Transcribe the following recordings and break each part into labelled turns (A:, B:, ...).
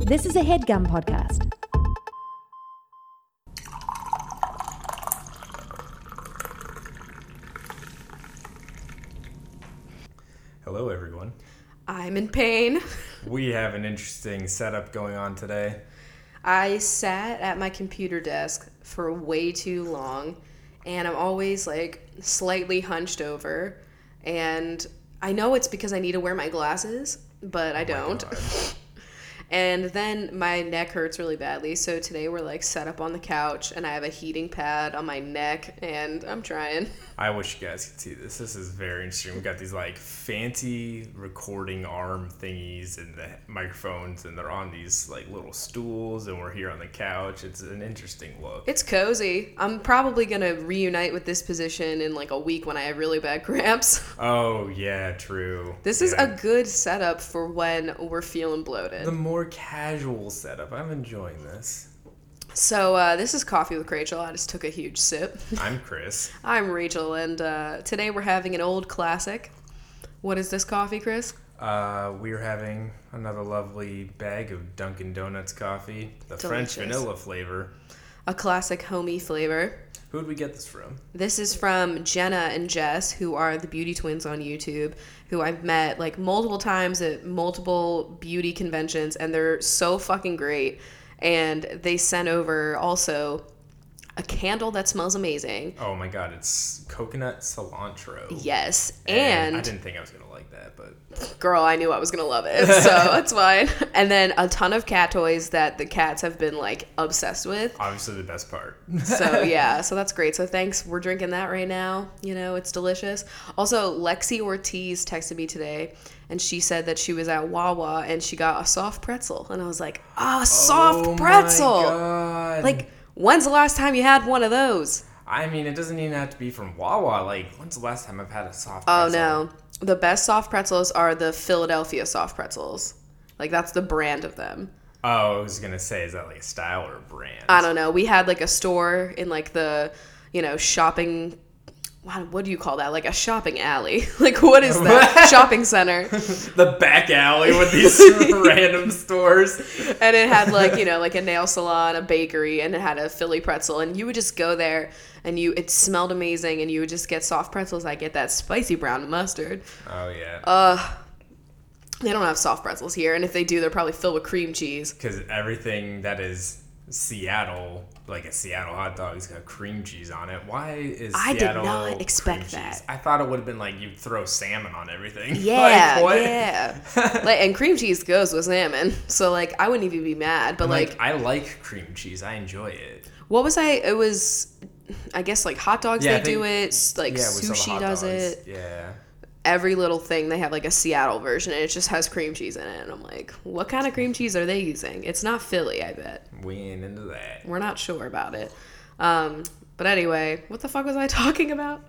A: This is a headgum podcast.
B: Hello, everyone.
C: I'm in pain.
B: We have an interesting setup going on today.
C: I sat at my computer desk for way too long, and I'm always like slightly hunched over. And I know it's because I need to wear my glasses, but I don't. And then my neck hurts really badly. So today we're like set up on the couch, and I have a heating pad on my neck, and I'm trying.
B: I wish you guys could see this. This is very interesting. We got these like fancy recording arm thingies and the microphones, and they're on these like little stools, and we're here on the couch. It's an interesting look.
C: It's cozy. I'm probably gonna reunite with this position in like a week when I have really bad cramps.
B: Oh, yeah, true.
C: This is
B: Yeah.
C: a good setup for when we're feeling bloated.
B: The more casual setup. I'm enjoying this.
C: So uh, this is Coffee with Rachel. I just took a huge sip.
B: I'm Chris.
C: I'm Rachel, and uh, today we're having an old classic. What is this coffee, Chris?
B: Uh, we're having another lovely bag of Dunkin' Donuts coffee, the French
C: Delicious.
B: vanilla flavor.
C: A classic homey flavor.
B: Who'd we get this from?
C: This is from Jenna and Jess, who are the beauty twins on YouTube, who I've met like multiple times at multiple beauty conventions, and they're so fucking great. And they sent over also a candle that smells amazing.
B: Oh my god, it's coconut cilantro.
C: Yes,
B: And
C: and
B: I didn't think I was gonna like that, but
C: girl, I knew I was gonna love it, so that's fine. And then a ton of cat toys that the cats have been like obsessed with.
B: obviously the best part.
C: So yeah, so that's great. So thanks. We're drinking that right now. You know, it's delicious. Also, Lexi Ortiz texted me today, and she said that she was at Wawa and she got a soft pretzel, and I was like, ah, soft
B: Oh my
C: pretzel.
B: God.
C: Like, when's the last time you had one of those?
B: I mean, it doesn't even have to be from Wawa. Like, when's the last time I've had a soft?
C: Oh
B: pretzel?
C: no, the best soft pretzels are the Philadelphia soft pretzels. Like that's the brand of them.
B: Oh, I was gonna say, is that like a style or a brand?
C: I don't know. We had like a store in like the, you know, shopping. What, what do you call that? Like a shopping alley? Like what is that? shopping center.
B: the back alley with these random stores.
C: And it had like you know like a nail salon, a bakery, and it had a Philly pretzel. And you would just go there, and you it smelled amazing, and you would just get soft pretzels. I get that spicy brown mustard.
B: Oh yeah,
C: They don't have soft pretzels here, and if they do, they're probably filled with cream cheese.
B: because everything that is Seattle, like a Seattle hot dog, has got cream cheese on it. Why is
C: I did
B: Seattle
C: not
B: cream
C: expect
B: cheese?
C: that.
B: I thought it would have been like you'd throw salmon on everything.
C: Yeah,
B: like, what?
C: yeah. like, and cream cheese goes with salmon, so like I wouldn't even be mad. But like
B: Like, I like cream cheese. I enjoy it.
C: What was I? It was, I guess, like hot dogs.
B: Yeah, I
C: they do
B: think-
C: it. s- Like
B: yeah, we sell the
C: sushi
B: hot
C: does
B: dogs.
C: it.
B: Yeah.
C: Every little thing they have like a Seattle version, and it just has cream cheese in it. And I'm like, what kind of cream cheese are they using? It's not Philly, I bet.
B: We ain't into that.
C: We're not sure about it. Um, but anyway, what the fuck was I talking about?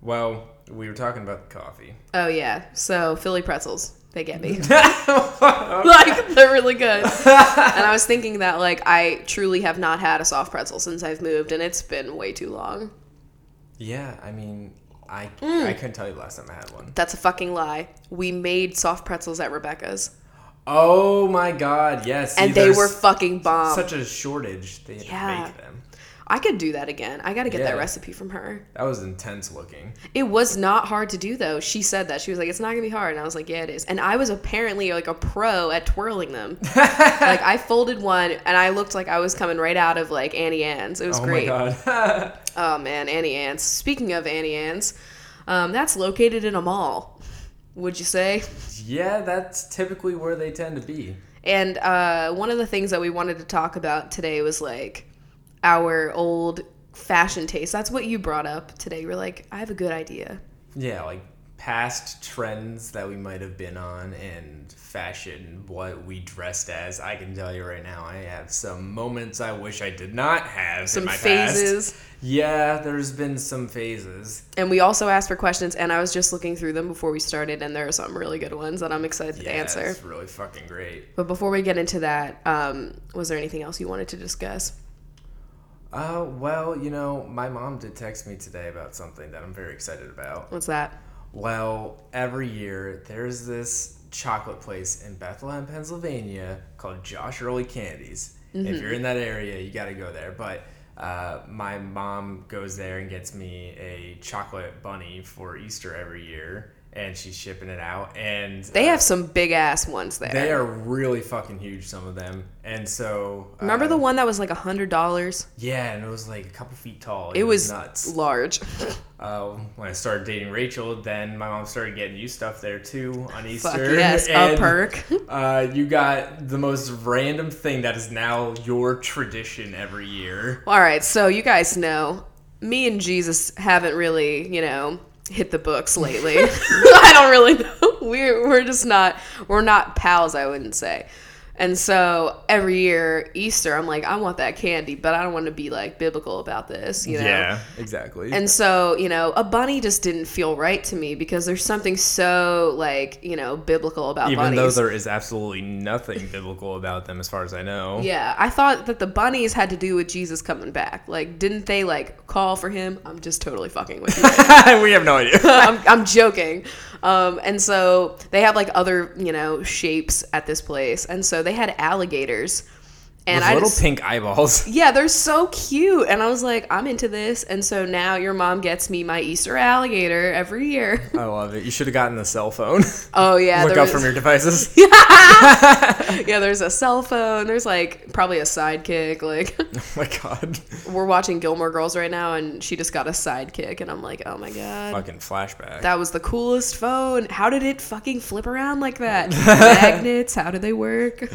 B: Well, we were talking about the coffee.
C: Oh yeah, so Philly pretzels. They get me. like they're really good. and I was thinking that like I truly have not had a soft pretzel since I've moved, and it's been way too long.
B: Yeah, I mean, I
C: Mm.
B: I couldn't tell you the last time I had one.
C: That's a fucking lie. We made soft pretzels at Rebecca's,
B: Oh my god, yes. see,
C: and they
B: there's
C: were fucking bomb.
B: such a shortage. They had to
C: Yeah.
B: make them.
C: I could do that again. I got to get
B: Yeah.
C: that recipe from her.
B: That was intense looking.
C: It was not hard to do though. She said that she was like, "It's not gonna be hard," and I was like, "Yeah, it is." And I was apparently like a pro at twirling them. like I folded one, and I looked like I was coming right out of like Annie Ann's. It was
B: oh
C: great.
B: my god.
C: Oh man, Annie Ann's. Speaking of Annie Ann's, um, that's located in a mall. Would you say?
B: yeah, that's typically where they tend to be.
C: And uh, one of the things that we wanted to talk about today was like our old fashion taste. That's what you brought up today. You were like, I have a good idea.
B: Yeah, like past trends that we might have been on and fashion, what we dressed as. I can tell you right now, I have some moments I wish I did not have. in
C: Some
B: my past.
C: phases.
B: Yeah, there's been some phases.
C: And we also asked for questions, and I was just looking through them before we started, and there are some really good ones that I'm excited
B: Yeah,
C: to answer.
B: It's really fucking great.
C: But before we get into that, um, was there anything else you wanted to discuss?
B: Uh, well, you know, my mom did text me today about something that I'm very excited about.
C: What's that?
B: Well, every year there's this chocolate place in Bethlehem, Pennsylvania called Josh Early Candies.
C: Mm-hmm.
B: If you're in that area, you got to go there. But uh, my mom goes there and gets me a chocolate bunny for Easter every year, and she's shipping it out. And
C: They have some big ass ones there.
B: they are really fucking huge, some of them. And so uh,
C: Remember the one that was like a hundred dollars?
B: yeah, and it was like a couple feet tall.
C: It was
B: nuts.
C: large.
B: Uh, when I started dating Rachel, then my mom started getting you stuff there too on Easter.
C: Fuck yes, a
B: And,
C: perk.
B: uh, you got the most random thing that is now your tradition every year.
C: All right, so you guys know me and Jesus haven't really, you know, hit the books lately. I don't really know. We're we're just not we're not pals, I wouldn't say. And so every year Easter, I'm like, I want that candy, but I don't want to be like biblical about this, you know.
B: exactly.
C: And so, you know, a bunny just didn't feel right to me because there's something so like, you know, biblical about
B: even
C: bunnies.
B: though there is absolutely nothing biblical about them, as far as I know.
C: Yeah, I thought that the bunnies had to do with Jesus coming back. Like, didn't they like call for him? I'm just totally fucking with you.
B: we have no idea.
C: I'm, I'm joking. Um, and so they have like other you know shapes at this place, and so they had alligators, and
B: With
C: I
B: little
C: just,
B: pink eyeballs.
C: yeah, they're so cute, and I was like, I'm into this, and so now your mom gets me my Easter alligator every year.
B: I love it. You should have gotten the cell phone.
C: Oh yeah,
B: Look
C: there
B: out
C: was-
B: from your devices.
C: yeah. There's a cell phone. There's like probably a sidekick. Like
B: oh my god.
C: we're watching Gilmore Girls right now, and she just got a sidekick, and I'm like, oh my god.
B: Fucking flashback.
C: That was the coolest phone. How did it fucking flip around like that? Magnets, how do they work?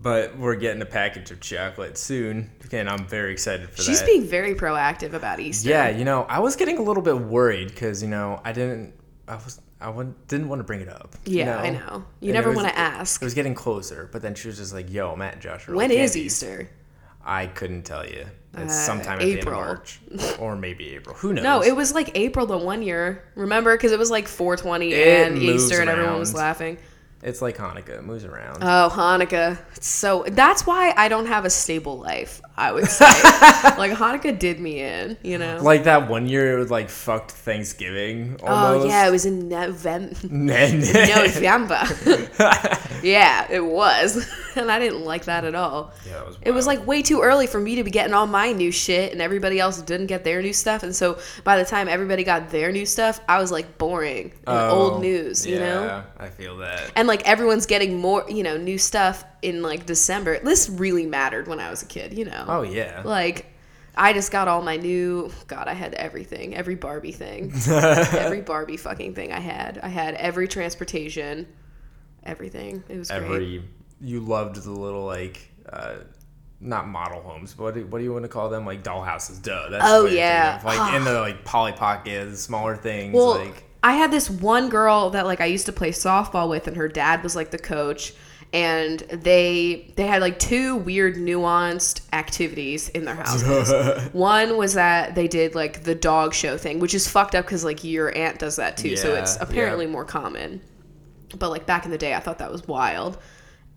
B: but we're getting a package of chocolate soon, and I'm very excited for
C: She's
B: that.
C: being very proactive about Easter.
B: Yeah, you know, I was getting a little bit worried because you know I didn't, I was, I wouldn't- didn't want to bring it up. you
C: Yeah, I know. You
B: And
C: never
B: it was-
C: wanna ask.
B: It was getting closer, but then she was just like, "Yo, Matt, and Josh, are
C: When
B: like
C: is
B: candies."
C: Easter?
B: I couldn't tell you. It's
C: Uh,
B: sometime at
C: April.
B: the end of March, or maybe April. Who knows?
C: No, it was like April the one year. Remember? Because it was like 420
B: It
C: and
B: moves
C: Easter, and everyone was
B: around.
C: laughing.
B: It's like Hanukkah. It moves around.
C: Oh, Hanukkah. It's So that's why I don't have a stable life, I would say. like, Hanukkah did me in, you know?
B: like that one year, it was like fucked Thanksgiving. Almost.
C: oh, yeah, it was in November.
B: yeah,
C: November. yeah, it was. And I didn't like that at all.
B: that was
C: It was
B: wild.
C: like way too early for me to be getting all my new shit and everybody else didn't get their new stuff. And so by the time everybody got their new stuff, I was like boring and
B: Oh,
C: old news, you know?
B: Yeah, I feel that.
C: And like everyone's getting more, you know, new stuff in like December. This really mattered when I was a kid, you know?
B: Oh yeah.
C: Like, I just got all my new. God, I had everything. Every Barbie thing. every Barbie fucking thing I had. I had every transportation. Everything. It was great.
B: every you loved the little like uh not model homes but what do, what do you want to call them like dollhouses duh that's
C: Oh,
B: what I'm
C: yeah.
B: thinking of. like in the like polly pockets smaller things
C: Well,
B: like
C: I had this one girl that like I used to play softball with, and her dad was like the coach. And they they had like two weird nuanced activities in their houses. One was that they did like the dog show thing, which is fucked up because like your aunt does that too, so
B: Yeah,
C: it's
B: yeah.
C: apparently more common. but like back in the day i thought that was wild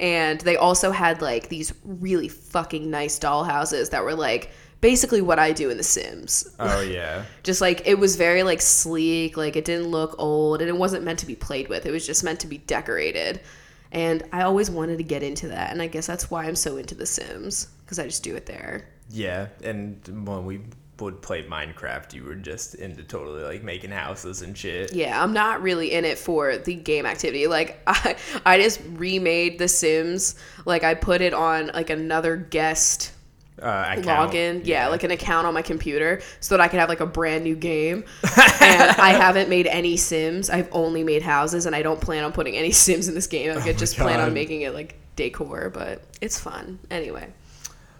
C: and they also had like these really fucking nice dollhouses that were like basically what i do in the sims
B: oh yeah
C: just like it was very like sleek like it didn't look old and it wasn't meant to be played with it was just meant to be decorated and i always wanted to get into that and i guess that's why i'm so into the sims because i just do it there
B: yeah and when we would play minecraft you were just into totally like making houses and shit
C: Yeah, I'm not really in it for the game activity. Like I I just remade The Sims. Like I put it on like another guest
B: uh account.
C: login. Yeah. like an account on my computer so that I could have like a brand new game. and I haven't made any Sims. I've only made houses and I don't plan on putting any Sims in this game. Like, I just plan
B: Oh God.
C: on making it like decor, but it's fun. Anyway.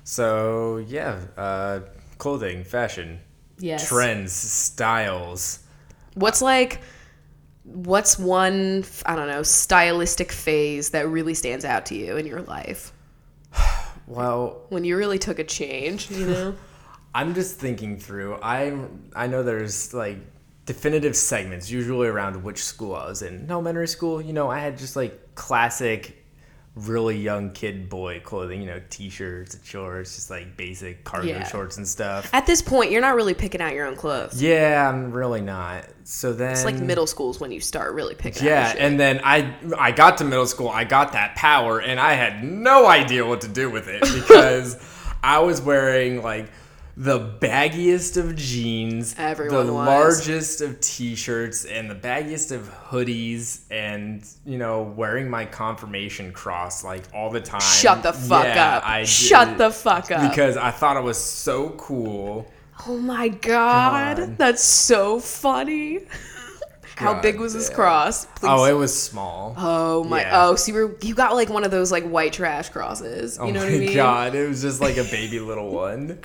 B: so yeah uh clothing fashion
C: Yes.
B: trends styles
C: What's like what's one f- I don't know, stylistic phase that really stands out to you in your life?
B: well
C: when you really took a change, you know?
B: I'm just thinking through. I I know there's like definitive segments usually around which school I was in. In elementary school, you know, I had just like classic really young kid boy clothing, you know, t-shirts and shorts, just like basic cargo
C: Yeah.
B: shorts and stuff.
C: At this point, you're not really picking out your own clothes.
B: Yeah, I'm really not. So then
C: It's like middle school's when you start really picking out. your
B: Yeah,
C: shit.
B: and then I I got to middle school, I got that power, and I had no idea what to do with it because I was wearing like the baggiest of jeans,
C: Everyone
B: the
C: was.
B: largest of t-shirts, and the baggiest of hoodies, and you know, wearing my confirmation cross like all the time.
C: Shut the fuck
B: Yeah,
C: up.
B: I did
C: Shut
B: it
C: the fuck up.
B: because I thought it was so cool.
C: oh my god,
B: God.
C: that's so funny. How
B: God
C: big was this
B: damn.
C: cross? Please.
B: Oh, it was small.
C: Oh my!
B: Yeah.
C: Oh, so you were you got like one of those like white trash crosses. You
B: oh
C: know
B: my
C: what I mean?
B: god, it was just like a baby little one.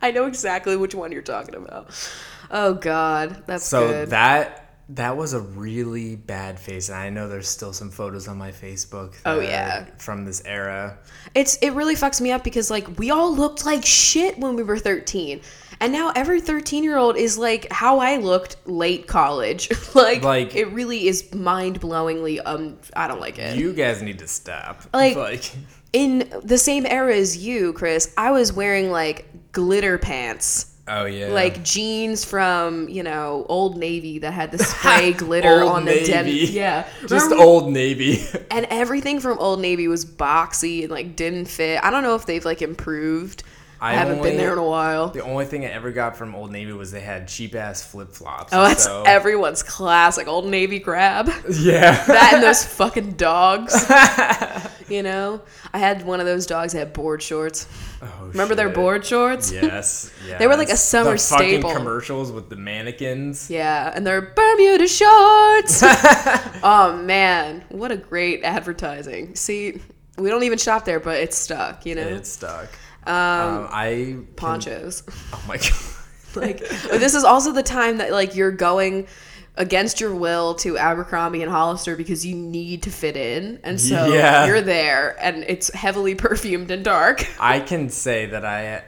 C: I know exactly which one you're talking about. Oh god, that's
B: So
C: good.
B: that that was a really bad face, and I know there's still some photos on my Facebook.
C: Oh,
B: that are
C: yeah.
B: from this era.
C: it's it really fucks me up because like we all looked like shit when we were 13. And now every 13 year old is like how I looked late college. like,
B: Like-
C: it really is mind blowingly um I don't like it.
B: You guys need to stop.
C: Like-
B: like
C: In the same era as you, Chris, I was wearing like glitter pants.
B: oh yeah,
C: Like jeans from, you know, Old Navy that had the spray glitter
B: Old
C: on the denim.
B: Navy.
C: Yeah.
B: just
C: Remember-
B: Old Navy.
C: and everything from Old Navy was boxy and like didn't fit. I don't know if they've like improved. I,
B: I
C: haven't been
B: only-
C: there in a while.
B: the only thing I ever got from Old Navy was they had cheap ass flip flops.
C: Oh, that's everyone's classic Old Navy grab.
B: yeah.
C: That and those fucking dogs. you know, I had one of those dogs that had board shorts.
B: Oh,
C: Remember their
B: shit.
C: board shorts?
B: Yes, yes.
C: They were like a summer
B: the fucking
C: staple.
B: commercials with the mannequins.
C: Yeah, and their Bermuda shorts. oh man, what a great advertising. See, we don't even shop there, but it's stuck. You know,
B: It stuck. Um, I
C: ponchos.
B: oh my god.
C: like but this is also the time that like you're going against your will to Abercrombie and Hollister because you need to fit in and so
B: Yeah.
C: you're there and it's heavily perfumed and dark
B: I can say that I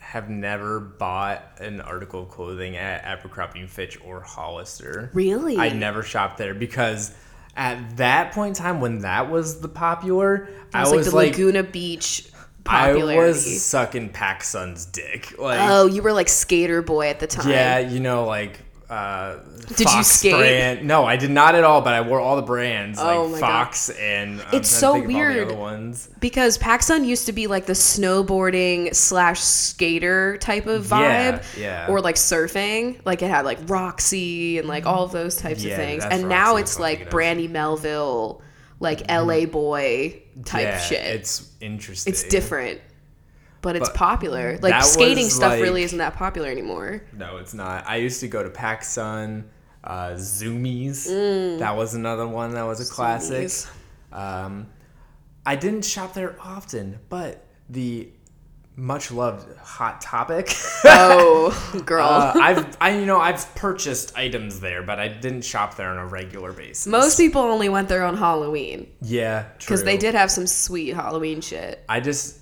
B: have never bought an article of clothing at Abercrombie & Fitch or Hollister.
C: Really?
B: I never shopped there because at that point in time when that was the popular, I
C: it's
B: was
C: like the
B: like,
C: Laguna Beach
B: I
C: popularity
B: was sucking Pac Sun's dick. Like
C: oh you were like skater boy at the time
B: yeah, you know like uh, did
C: you skate?
B: Brand. No, I did not at all. But I wore all the brands
C: Oh my
B: like
C: God.
B: Fox and I'm
C: It's
B: trying to
C: so
B: think of all the
C: weird.
B: other ones.
C: because PacSun used to be like the snowboarding slash skater type of
B: Yeah,
C: vibe,
B: yeah.
C: or like surfing. Like it had like Roxy and like all of those types
B: Yeah,
C: of things.
B: that's
C: And
B: Roxy,
C: now
B: that's
C: it's
B: what I'm
C: like
B: thinking of.
C: Brandy Melville, like LA boy type
B: Mm-hmm. yeah,
C: shit. It's,
B: It's interesting.
C: different, but it's
B: But
C: popular. Like
B: that
C: skating
B: was,
C: stuff really
B: like-
C: isn't that popular anymore.
B: No, it's not. I used to go to PacSun, uh, Zoomies. That was another one that was a classic.
C: Mm. Zoomies.
B: Um, I didn't shop there often, but the much loved Hot Topic.
C: Oh, girl.
B: uh, I've I you know I've purchased items there, but I didn't shop there on a regular basis.
C: Most people only went there on Halloween
B: yeah,
C: because they
B: true.
C: did have some sweet Halloween shit.
B: I just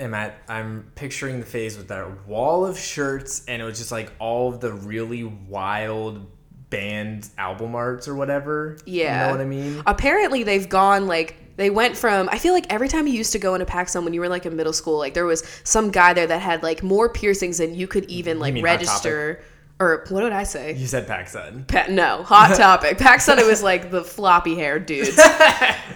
B: am at I'm picturing the phase with that wall of shirts and it was just like all of the really wild band album arts or whatever.
C: Yeah.
B: You know what I mean?
C: Apparently they've gone like they went from I feel like every time you used to go into PacSun when you were like in middle school, like there was some guy there that had like more piercings than you could even like
B: mean Hot
C: register or what would I say?
B: You said PacSun.
C: Pa- no, hot topic. PacSun it was like the floppy hair dudes.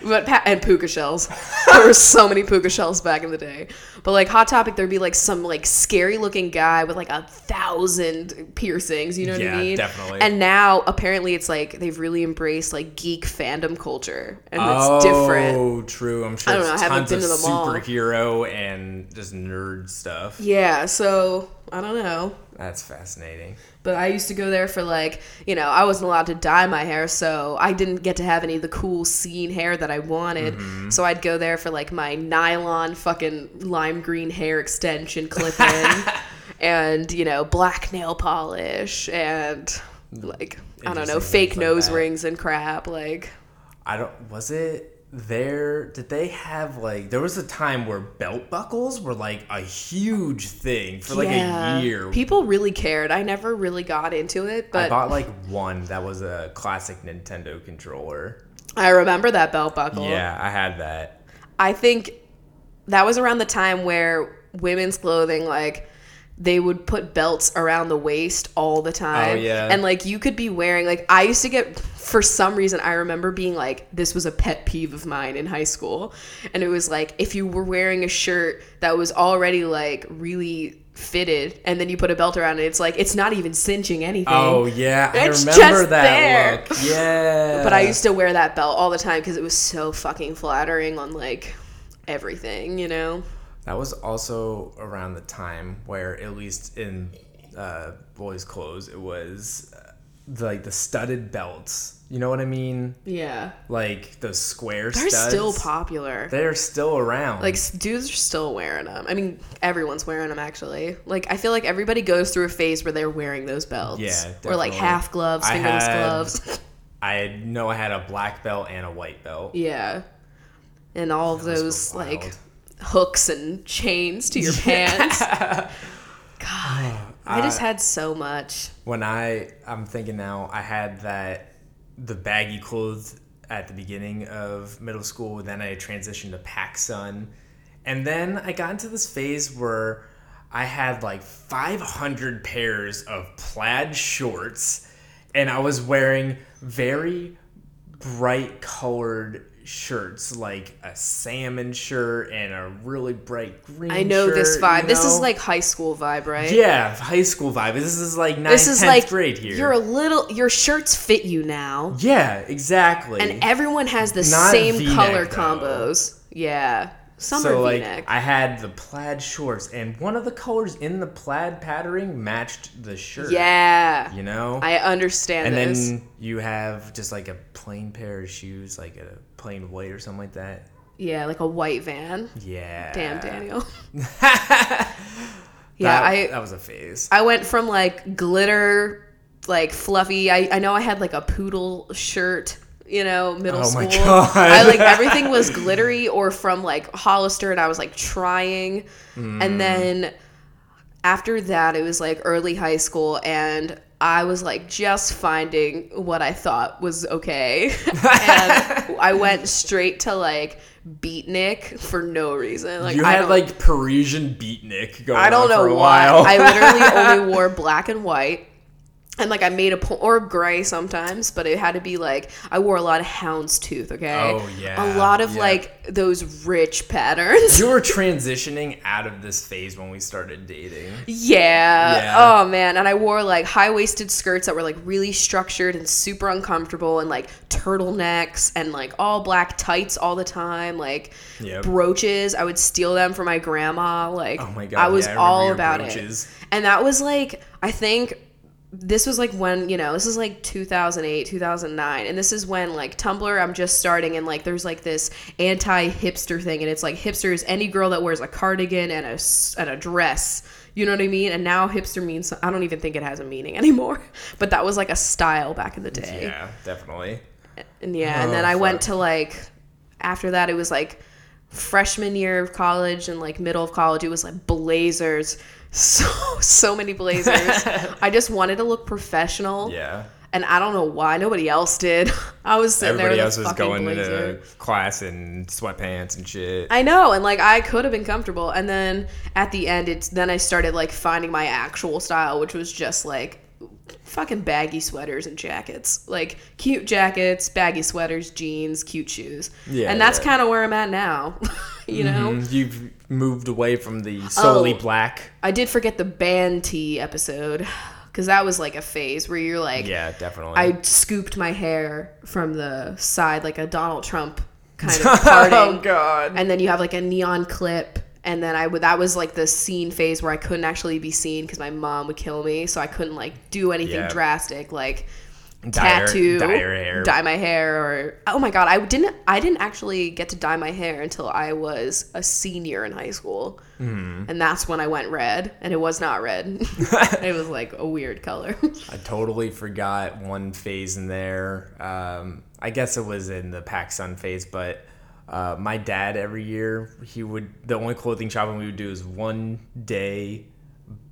C: but pa- and puka shells. There were so many puka shells back in the day. But like hot topic there'd be like some like scary looking guy with like a thousand piercings, you know what I
B: Yeah,
C: mean?
B: definitely.
C: And now apparently it's like they've really embraced like geek fandom culture and it's different.
B: Oh, true. I'm sure
C: I don't
B: it's
C: know, I haven't
B: tons
C: been
B: of
C: to the mall.
B: superhero and just nerd stuff.
C: Yeah, so I don't know.
B: That's fascinating.
C: But I used to go there for like, you know, I wasn't allowed to dye my hair, so I didn't get to have any of the cool scene hair that I wanted.
B: Mm-hmm.
C: So I'd go there for like my nylon fucking lime green hair extension clip in and, you know, black nail polish and like I don't know,
B: Mm, Interesting
C: fake
B: things like
C: nose
B: that.
C: rings and crap like
B: I don't was it there did they have like there was a time where belt buckles were like a huge thing for like
C: Yeah.
B: a year.
C: People really cared. I never really got into it, but
B: I bought like one that was a classic Nintendo controller.
C: I remember that belt buckle.
B: Yeah, I had that.
C: I think that was around the time where women's clothing, like, they would put belts around the waist all the time.
B: Oh, yeah.
C: And, like, you could be wearing, like, I used to get, for some reason, I remember being like, this was a pet peeve of mine in high school. And it was like, if you were wearing a shirt that was already, like, really fitted and then you put a belt around it, it's like, it's not even cinching anything.
B: Oh yeah, I
C: It's
B: remember
C: just
B: that
C: there.
B: look. Yeah.
C: But I used to wear that belt all the time because it was so fucking flattering on like everything, you know?
B: That was also around the time where, at least in uh, boys' clothes, it was uh, the, like the studded belts. You know what I mean?
C: Yeah.
B: Like those square
C: They're
B: studs.
C: still popular.
B: They're still around.
C: like s- dudes are still wearing them. I mean, everyone's wearing them actually. Like I feel like everybody goes through a phase where they're wearing those belts.
B: Yeah,
C: Or
B: definitely.
C: like half gloves,
B: I
C: fingerless
B: had-
C: gloves.
B: I know I had a black belt and a white belt.
C: yeah. And all
B: Those were
C: those like
B: wild.
C: hooks and chains to your pants. God.
B: Uh,
C: I just had so much.
B: when I I'm thinking now, I had that the baggy clothes at the beginning of middle school. Then I transitioned to pack sun, and then I got into this phase where I had like 500 pairs of plaid shorts, and I was wearing very bright colored shirts like a salmon shirt and a really bright green
C: I know this
B: shirt,
C: vibe.
B: you
C: This is
B: know?
C: like high school vibe, right?
B: yeah high school vibe this is like 9th
C: This is
B: 10th
C: like
B: grade here
C: you're a little your shirts fit you now.
B: Yeah, exactly.
C: And everyone has the
B: Not
C: same
B: V-neck,
C: color
B: though.
C: combos. Yeah. Some
B: so
C: are
B: like
C: V-neck.
B: I had the plaid shorts, and one of the colors in the plaid patterning matched the shirt.
C: yeah.
B: you know.
C: I understand
B: and
C: this.
B: then you have just like a plain pair of shoes, like a plain white or something like that.
C: yeah, like a white van.
B: Yeah.
C: Damn, Daniel.
B: that,
C: yeah, I
B: that was a phase.
C: I went from like glitter, like fluffy. I, I know I had like a poodle shirt, you know, middle
B: Oh
C: school.
B: my God.
C: I like everything was glittery or from like Hollister, and I was like trying.
B: Mm.
C: And then after that, it was like early high school, and I was like just finding what I thought was okay. and I went straight to like beatnik for no reason. Like
B: you
C: I
B: had
C: don't-
B: like Parisian beatnik going
C: I don't
B: on
C: know
B: for a
C: why.
B: while.
C: I literally only wore black and white. And like I made a point, or gray sometimes, but it had to be like I wore a lot of houndstooth. Okay,
B: Oh, yeah.
C: a lot of
B: Yeah.
C: like those rich patterns.
B: you were transitioning out of this phase when we started dating.
C: yeah.
B: Yeah.
C: Oh man, and I wore like high waisted skirts that were like really structured and super uncomfortable, and like turtlenecks and like all black tights all the time, like
B: Yep.
C: brooches. I would steal them from my grandma. Like
B: Oh my God,
C: I was
B: yeah, I remember
C: all
B: your
C: about
B: brooches.
C: it, and that was like I think this was like when you know this is like 2008 2009 and this is when like tumblr i'm just starting and like there's like this anti-hipster thing and it's like hipster is any girl that wears a cardigan and a s- and a dress you know what i mean and now hipster means i don't even think it has a meaning anymore but that was like a style back in the day
B: Yeah, definitely.
C: and yeah, and
B: Oh,
C: then I went
B: fuck.
C: to like after that it was like freshman year of college and like middle of college it was like blazers. So so many blazers. I just wanted to look professional.
B: Yeah.
C: And I don't know why nobody else did. I was sitting
B: Everybody
C: there
B: else
C: with a
B: was
C: fucking
B: going
C: blazer.
B: into class in sweatpants and shit.
C: I know, and like I could have been comfortable, and then at the end, it's then I started like finding my actual style, which was just like fucking baggy sweaters and jackets, like cute jackets, baggy sweaters, jeans, cute shoes,
B: Yeah,
C: and that's
B: yeah.
C: kind of where I'm at now. you know,
B: Mm, You've moved away from the solely
C: Oh.
B: black.
C: I did forget the band tee episode because that was like a phase where you're like,
B: Yeah, definitely.
C: I scooped my hair from the side like a Donald Trump kind of parting.
B: oh god.
C: and then you have like a neon clip and then i would that was like the scene phase where i couldn't actually be seen because my mom would kill me so i couldn't like do anything
B: Yeah.
C: drastic like
B: Dye her-
C: tattoo
B: dye her hair.
C: dye my hair or oh my god i didn't i didn't actually get to dye my hair until i was a senior in high school
B: Mm-hmm.
C: and that's when i went red and it was not red it was like a weird color
B: I totally forgot one phase in there. Um, I guess it was in the Pac Sun phase, but uh, my dad every year he would the only clothing shopping we would do is one day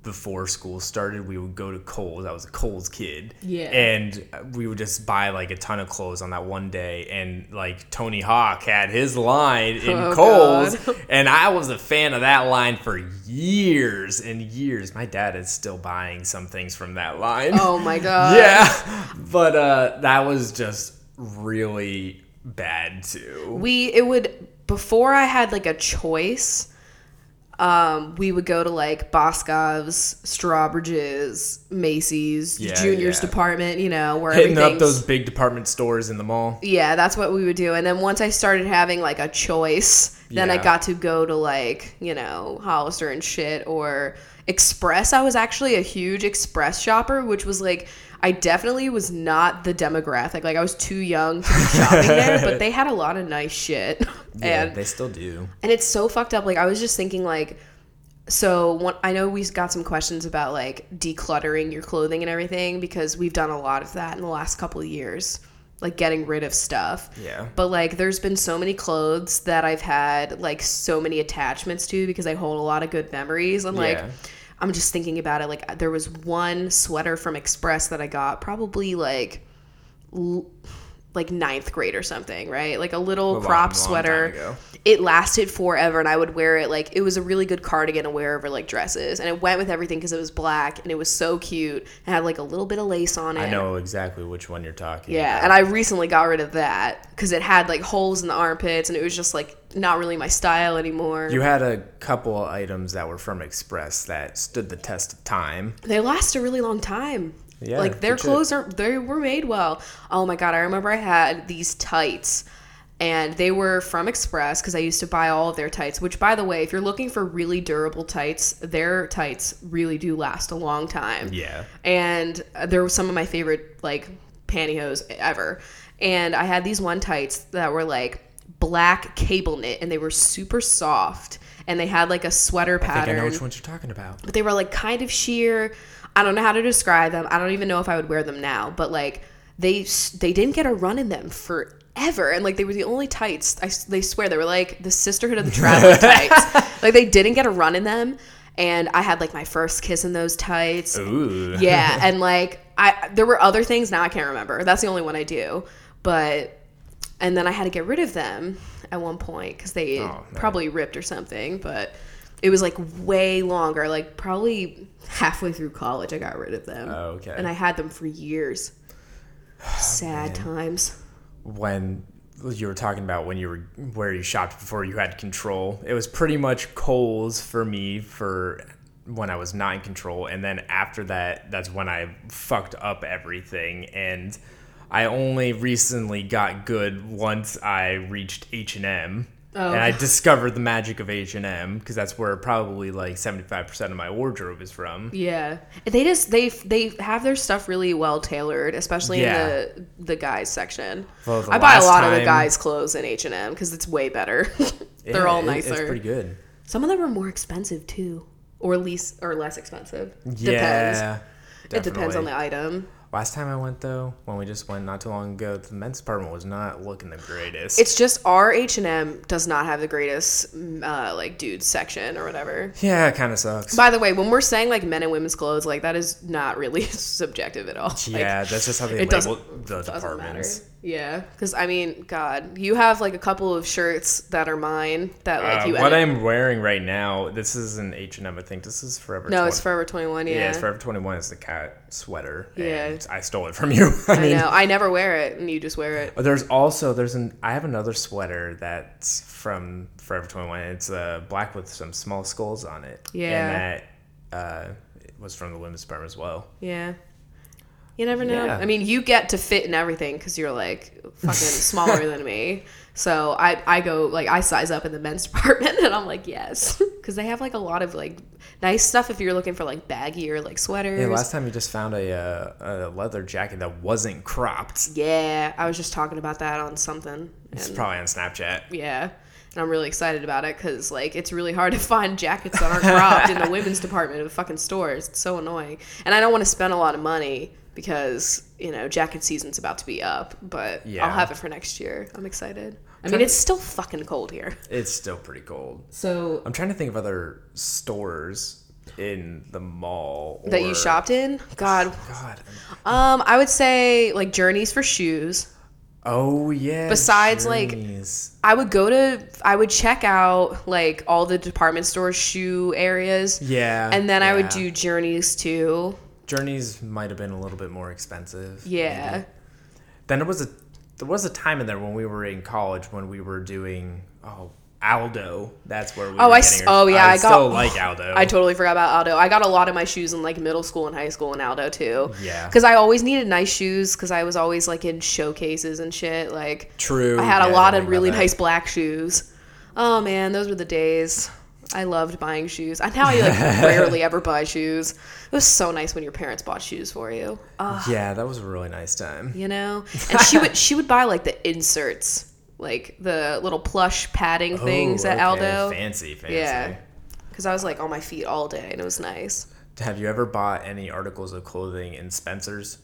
B: before school started, we would go to Kohl's. I was a Kohl's kid.
D: Yeah.
B: And we would just buy like a ton of clothes on that one day. And like Tony Hawk had his line in
C: Oh,
B: Kohl's.
C: God.
B: And I was a fan of that line for years and years. My dad is still buying some things from that line.
C: Oh my god.
B: yeah. But uh, that was just really bad too.
C: we it would before I had like a choice. Um, we would go to like Boscov's, Strawbridge's, Macy's,
B: Yeah,
C: Junior's
B: yeah.
C: department, you know, where
B: Hitting up
C: everything's-
B: those big department stores in the mall.
C: Yeah, that's what we would do. And then once I started having like a choice, then I
B: Yeah.
C: got to go to like, you know, Hollister and shit or Express. I was actually a huge Express shopper, which was like, I definitely was not the demographic. Like, I was too young to be shopping there, but they had a lot of nice shit.
B: Yeah,
C: and
B: they still do.
C: and it's so fucked up. Like I was just thinking, like, so one, I know we got some questions about like decluttering your clothing and everything because we've done a lot of that in the last couple of years, like getting rid of stuff.
B: Yeah.
C: But like, there's been so many clothes that I've had like so many attachments to because I hold a lot of good memories. And like,
B: Yeah.
C: I'm just thinking about it. Like, there was one sweater from Express that I got probably like. l- like ninth grade or something, right? Like a little
B: long,
C: crop
B: long time
C: sweater
B: ago.
C: it lasted forever and i would wear it like it was a really good cardigan to wear over like dresses and it went with everything because it was black and it was so cute and had like a little bit of lace on it
B: I know exactly which one you're talking
C: yeah and i recently got rid of that because it had like holes in the armpits and it was just like not really my style anymore
B: You had a couple items that were from Express that stood the test of time.
C: they last a really long time
B: Yeah,
C: like their
B: good shit.
C: clothes are they were made well oh my god i remember i had these tights and they were from express because i used to buy all of their tights which by the way if you're looking for really durable tights their tights really do last a long time
B: Yeah.
C: and uh, there were some of my favorite like pantyhose ever and i had these one tights that were like black cable knit and they were super soft and they had like a sweater
B: I think
C: pattern
B: I know which ones you're talking about.
C: but they were like kind of sheer. I don't know how to describe them. I don't even know if I would wear them now, but like they s- they didn't get a run in them forever, and like they were the only tights. I s- they swear they were like the sisterhood of the traveling tights. Like they didn't get a run in them, and I had like my first kiss in those tights.
B: Ooh.
C: Yeah, and like I there were other things now I can't remember. That's the only one I do, but and then I had to get rid of them at one point because they
B: Oh, man.
C: probably ripped or something. But it was like way longer, like probably halfway through college, I got rid of them.
B: Oh, okay.
C: And I had them for years. Sad times.
B: When you were talking about when you were where you shopped before you had control, it was pretty much Kohl's for me for when I was not in control, and then after that, that's when I fucked up everything and. I only recently got good once I reached H and M,
C: Oh.
B: and I discovered the magic of H and M because that's where probably like seventy five percent of my wardrobe is from.
C: Yeah, they just they they have their stuff really well tailored, especially
B: Yeah.
C: in the the guys section.
B: Well, the
C: I buy a
B: last
C: lot of the
B: time-
C: guys' clothes in H and M because it's way better.
B: Yeah,
C: They're all
B: it-
C: nicer.
B: It's pretty good.
C: Some of them are more expensive too, or least or less expensive.
B: Yeah,
C: Depends. It depends on
B: definitely.
C: the item.
B: Last time I went though, when we just went not too long ago, the men's department was not looking the greatest.
C: It's just our H and M does not have the greatest mm, uh, like dudes section or whatever.
B: yeah, it kind of sucks.
C: By the way, when we're saying like men and women's clothes, like that is not really subjective at all. Like,
B: yeah, that's just how they
C: it doesn't-
B: label the
C: doesn't matter.
B: departments.
C: Yeah, because I mean, God, you have like a couple of shirts that are mine that like
B: Uh,
C: you.
B: what
C: edit-
B: I'm wearing right now, this is an H and M. I think this is Forever.
C: no, it's
B: 20.
C: Forever Twenty One. Yeah,
B: Yeah, it's Forever 21 is the cat sweater.
C: Yeah.
B: and I stole it from you. I
C: I
B: mean,
C: know. I never wear it, and you just wear it.
B: But There's also there's an I have another sweater that's from Forever 21. It's uh, black with some small skulls on it.
C: Yeah.
B: and that uh, it was from the women's department as well.
C: Yeah. You never know.
B: Yeah.
C: I mean, you get to fit in everything because you're like fucking smaller than me. So I, I go like I size up in the men's department and I'm like yes because they have like a lot of like nice stuff if you're looking for like baggy or like sweaters.
B: Yeah,
C: Yeah,
B: last time you just found a, uh, a leather jacket that wasn't cropped.
C: I was just talking about that on something.
B: It's
C: and-
B: probably on Snapchat.
C: yeah, and I'm really excited about it because like it's really hard to find jackets that aren't cropped in the women's department of fucking stores. It's so annoying, and I don't want to spend a lot of money because you know jacket season's about to be up. But
B: Yeah.
C: I'll have it for next year. I'm excited. I mean, it's still fucking cold here.
B: It's still pretty cold.
D: So
B: I'm trying to think of other stores. in the mall
C: that you
B: or-
C: shopped in? God.
B: God.
C: Um, I would say like Journeys for shoes.
B: Oh yeah.
C: Besides, like-
B: Journeys.
C: I would go to I would check out like all the department store shoe areas.
B: yeah,
C: And then I would
B: yeah.
C: do Journeys too.
B: Journeys might have been a little bit more expensive.
C: Yeah.
B: maybe. Then there was a there was a time in there when we were in college when we were doing oh Aldo. That's where we.
C: Oh,
B: were
C: I
B: getting
C: s-
B: our-
C: oh, yeah, I got-
B: still like Aldo.
C: I totally forgot about Aldo. I got a lot of my shoes in like middle school and high school in Aldo too.
B: Yeah.
C: Because I always needed nice shoes because I was always like in showcases and shit. Like
B: True.
C: I had
B: yeah,
C: a
B: didn't
C: lot
B: think
C: of
B: about
C: really
B: that.
C: nice black shoes. Oh man, those were the days. I loved buying shoes. And now I like rarely ever buy shoes. It was so nice when your parents bought shoes for you. Uh,
B: Yeah, that was a really nice time.
C: you know? And she would she would buy like the inserts, like the little plush padding things
B: Ooh,
C: at
B: Oh, okay,
C: Aldo.
B: Fancy, fancy.
C: Yeah. Cuz I was like on my feet all day and it was nice.
B: Have you ever bought any articles of clothing in Spencer's?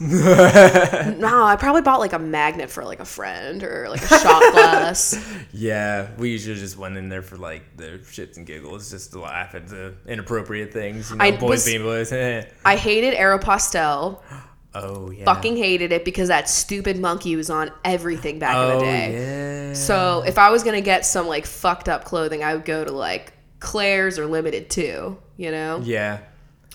C: No, I probably bought like a magnet for like a friend or like a shot glass.
B: Yeah, we usually just went in there for like the shits and giggles, just to laugh at the inappropriate things. You know,
C: I
B: boys
C: was-
B: being boys. eh.
C: I hated Aeropostale.
B: oh yeah.
C: fucking hated it because that stupid monkey was on everything back in
B: oh
C: the day.
B: yeah.
C: So if I was gonna get some like fucked up clothing, I would go to like Claire's or Limited Two. You know.
B: yeah.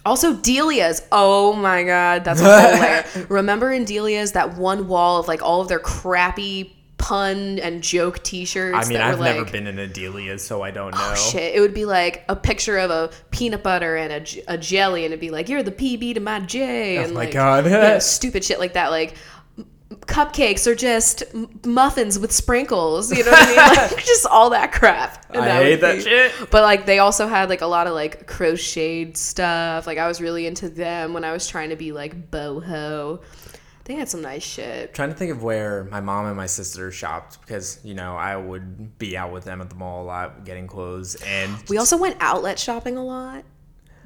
C: Also Delia's. Oh my god, that's a whole layer. Remember in Delia's that one wall of like all of their crappy pun and joke T-shirts.
B: I mean,
C: that
B: I've
C: were,
B: never
C: like,
B: been in a Delia, so I don't know.
C: Oh, shit. It would be like a picture of a peanut butter and a, j- a jelly, and it'd be like, you're the PB to my J. and
B: Oh my
C: like,
B: God.
C: you know, stupid shit like that. Like, m- cupcakes are just m- muffins with sprinkles. You know what I mean? Like, just all that crap. And
B: I
C: would
B: hate that
C: be-
B: shit.
C: But, like, they also had, like, a lot of, like, crocheted stuff. Like, I was really into them when I was trying to be, like, boho. They had some nice shit.
B: Trying to think of where my mom and my sister shopped because you know I would be out with them at the mall a lot, getting clothes, and
C: We also went outlet shopping a lot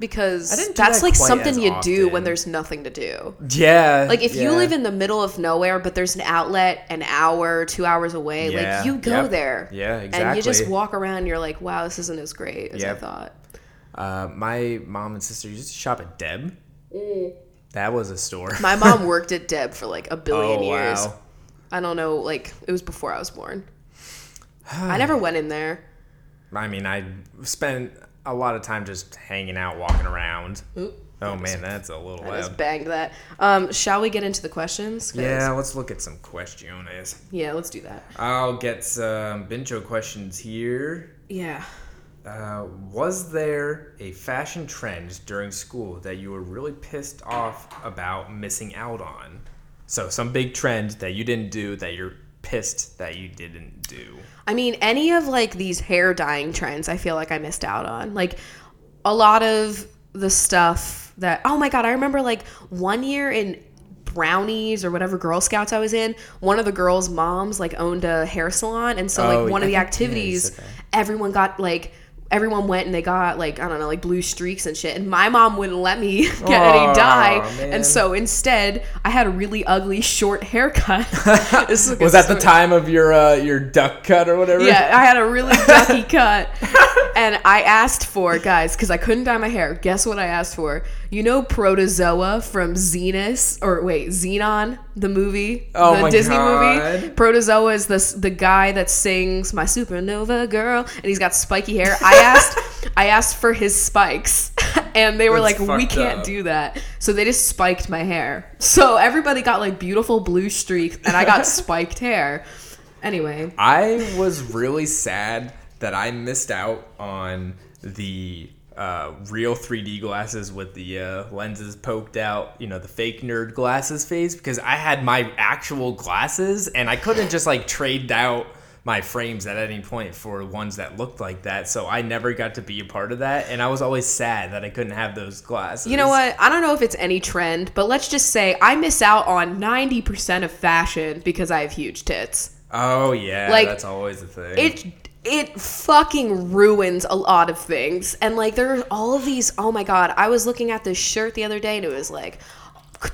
C: because
B: I didn't do
C: that's
B: that
C: like
B: quite
C: something
B: as
C: you do
B: often.
C: when there's nothing to do.
B: yeah,
C: Like if you
B: yeah.
C: live in the middle of nowhere, but there's an outlet an hour, two hours away,
B: Yeah,
C: like you go
B: yep.
C: there.
B: Yeah,
C: And you just
B: exactly.
C: walk around. and You're like, wow, this isn't as great as
B: Yep.
C: I thought.
B: Uh, my mom and sister used to shop at Deb. That was a store.
C: Mm. My mom worked at Deb for like a billion
B: oh
C: years.
B: wow.
C: I don't know, like it was before I was born. I never went in there.
B: I mean, I spent a lot of time just hanging out, walking around. oh man, that's a little
C: I just
B: loud.
C: banged that. Um, shall we get into the questions? 'Cause-
B: Yeah, let's look at some questions.
C: Yeah, let's do that.
B: I'll get some Benjo questions here.
C: Yeah.
B: Uh, was there a fashion trend during school that you were really pissed off about missing out on? So, some big trend that you didn't do that you're pissed that you didn't do.
C: I mean, any of like these hair dyeing trends, I feel like I missed out on. Like a lot of the stuff that oh my god, I remember like one year in brownies or whatever girl scouts i was in one of the girls moms like owned a hair salon and so like
B: Oh,
C: one of
B: I think-
C: the
B: yeah, you
C: activities
B: said
C: everyone got like everyone went and they got like i don't know like blue streaks and shit and my mom wouldn't let me get
B: Aw,
C: any dye
B: man.
C: and so instead i had a really ugly short haircut This is a good
B: Was that the
C: story.
B: time of your uh, your duck cut or whatever?
C: Yeah, I had a really ducky cut. And I asked for, guys, because I couldn't dye my hair. Guess what I asked for? You know Protozoa from Xenos, or wait, Xenon, the movie,
B: Oh
C: the
B: my
C: Disney movie?
B: God.
C: Protozoa is this, the guy that sings My Supernova Girl, and he's got spiky hair. I asked. I asked for his spikes, and they were
B: That's
C: like, "We
B: fucked
C: can't
B: up.
C: do that." So they just spiked my hair. So everybody got like beautiful blue streak, and I got spiked hair. Anyway,
B: I was really sad that I missed out on the uh, real 3D glasses with the uh, lenses poked out, you know, the fake nerd glasses phase, because I had my actual glasses and I couldn't just like trade out my frames at any point for ones that looked like that. So I never got to be a part of that. And I was always sad that I couldn't have those glasses.
C: You know what? I don't know if it's any trend, but let's just say I miss out on 90% of fashion because I have huge tits.
B: Oh, yeah.
C: Like,
B: that's always a thing.
C: It it fucking ruins a lot of things. And like there are all of these, oh my god, I was looking at this shirt the other day and it was like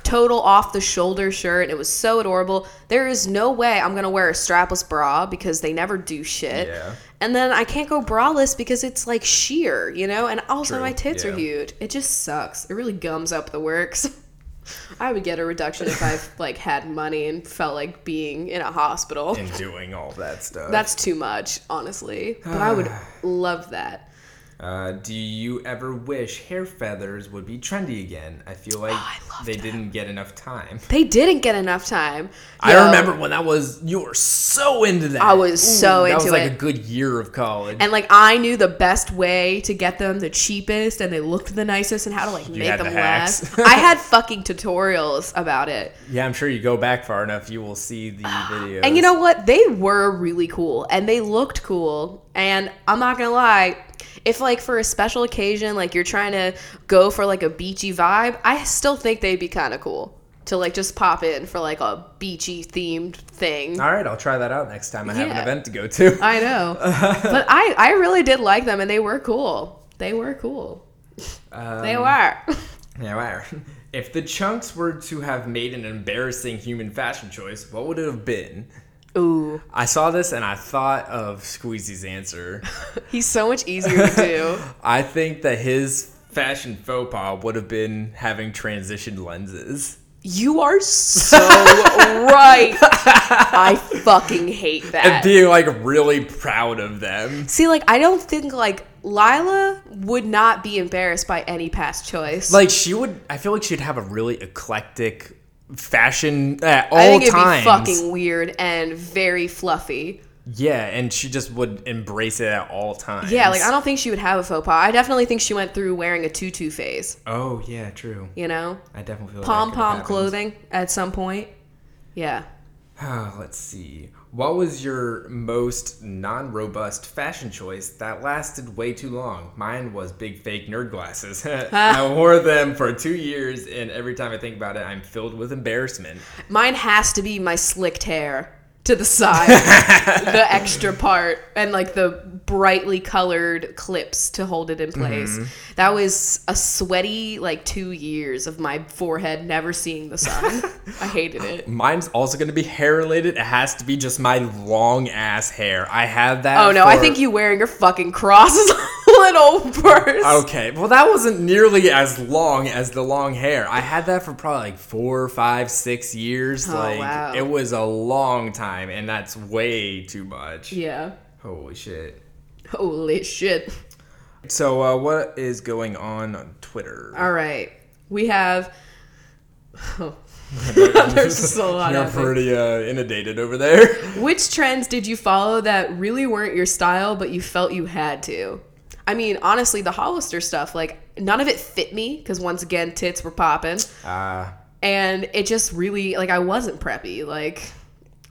C: total off the shoulder shirt. It was so adorable. There is no way I'm gonna wear a strapless bra because they never do shit.
B: Yeah.
C: And then I can't go braless because it's like sheer, you know. And also
B: True,
C: my tits
B: yeah.
C: are huge. It just sucks. It really gums up the works. I would get a reduction if I like had money and felt like being in a hospital.
B: and doing all that stuff.
C: That's too much, honestly. But I would love that.
B: Uh, do you ever wish hair feathers would be trendy again? I feel like
C: Oh, I loved
B: they didn't get enough time.
C: They didn't get enough time. Yo,
B: I remember when that was you were so into that.
C: I was so
B: that was
C: into
B: like
C: it.
B: a good year of college.
C: And like I knew the best way to get them the cheapest and they looked the nicest and how to like make
B: had the
C: them
B: hacks.
C: last. I had fucking tutorials about it.
B: yeah, I'm sure you go back far enough, you will see the videos.
C: Ah, And you know what? They were really cool and they looked cool. And I'm not gonna lie, if like for a special occasion, like you're trying to go for like a beachy vibe, I still think they'd be kind of cool to like just pop in for like a beachy themed thing.
B: all right, I'll try that out next time I have an
C: Yeah.
B: event to go to.
C: I know, but I I really did like them and they were cool. They were cool. they were.
B: yeah, wow. If the chunks were to have made an embarrassing human fashion choice, what would it have been?
C: Ooh,
B: I saw this and I thought of Squeezy's answer.
C: he's so much easier to do.
B: I think that his fashion faux pas would have been having transition lenses.
C: you are so right. I fucking hate
B: And
C: that.
B: being like really proud of them.
C: See, like I don't think like Lila would not be embarrassed by any past choice.
B: Like she would, I feel like she'd have a really eclectic fashion at all
C: I think it'd
B: times.
C: be fucking weird and very fluffy.
B: yeah, and she just would embrace it at all times.
C: Yeah, like I don't think she would have a faux pas. I definitely think she went through wearing a tutu phase.
B: Oh yeah, true.
C: You know,
B: I definitely feel like that
C: pom
B: could've
C: pom
B: happened.
C: clothing at some point. Yeah.
B: Ah, Let's see. What was your most non-robust fashion choice that lasted way too long? Mine was big fake nerd glasses. I wore them for two years, and every time I think about it, I'm filled with embarrassment.
C: Mine has to be my slicked hair to the side, the extra part, and like the brightly colored clips to hold it in
B: Mm-hmm.
C: place. That was a sweaty like two years of my forehead never seeing the sun. I hated it.
B: Mine's also going to be hair related. It has to be just my long ass hair. I have that.
C: Oh no, I
B: for-
C: think you wearing your fucking crosses little purse.
B: Okay, well, that wasn't nearly as long as the long hair. I had that for probably like four, five, six years.
C: Oh,
B: like,
C: wow.
B: it was a long time, and that's way too much.
C: Yeah.
B: Holy shit.
C: Holy shit.
B: So, uh, what is going on on Twitter?
C: All right. We have oh, There's just a lot
B: You're
C: of it.
B: pretty uh, inundated over there.
C: Which trends did you follow that really weren't your style, but you felt you had to? I mean, honestly, the Hollister stuff, like, none of it fit me because, once again, tits were popping.
B: Uh,
C: And it just really, like, I wasn't preppy. Like,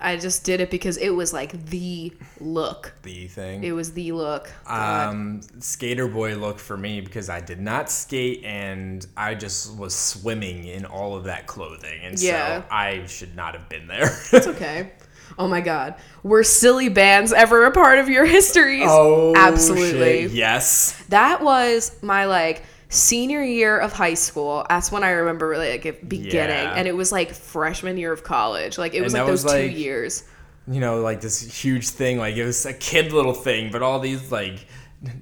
C: I just did it because it was, like, the look.
B: the thing.
C: It was the look.
B: um, skater boy look for me because I did not skate and I just was swimming in all of that clothing, and
C: Yeah.
B: so I should not have been there.
C: It's okay. Oh my God. Were silly bands ever a part of your histories? absolutely.
B: Oh, shit, yes.
C: that was my like senior year of high school that's when i remember really like it beginning
B: Yeah.
C: and it was like freshman year of college like it was
B: And
C: like
B: that
C: those
B: was, like-
C: two years
B: You know, like this huge thing. Like it was a kid little thing, but all these like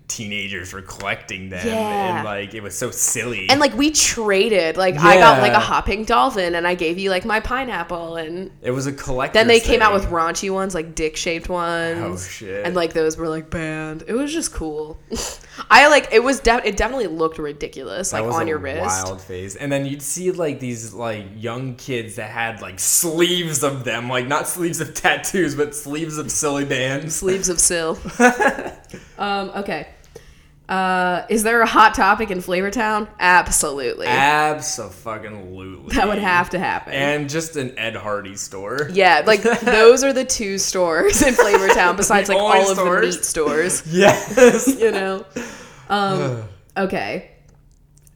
B: teenagers were collecting them,
C: Yeah.
B: and like it was so silly.
C: and like we traded like i got like a
B: Yeah.
C: hopping dolphin and i gave you like my pineapple and
B: it was a collector.
C: then they came out with raunchy ones like dick shaped ones
B: Oh, shit.
C: and like those were like banned it was just cool i like it was de- it definitely looked ridiculous like on your wrist
B: Wild face, and then you'd see like these like young kids that had like sleeves of them, like not sleeves of tattoos, but sleeves of silly bands.
C: Sleeves of Sill. um, okay. Uh, is there a hot topic in Flavortown? Absolutely.
B: Absolutely.
C: that would have to happen.
B: And just an Ed Hardy store.
C: yeah, like those are the two stores in Flavortown besides
B: The
C: like
B: only
C: all of the
B: stores.
C: meat stores,
B: Yes.
C: you know. Um, okay.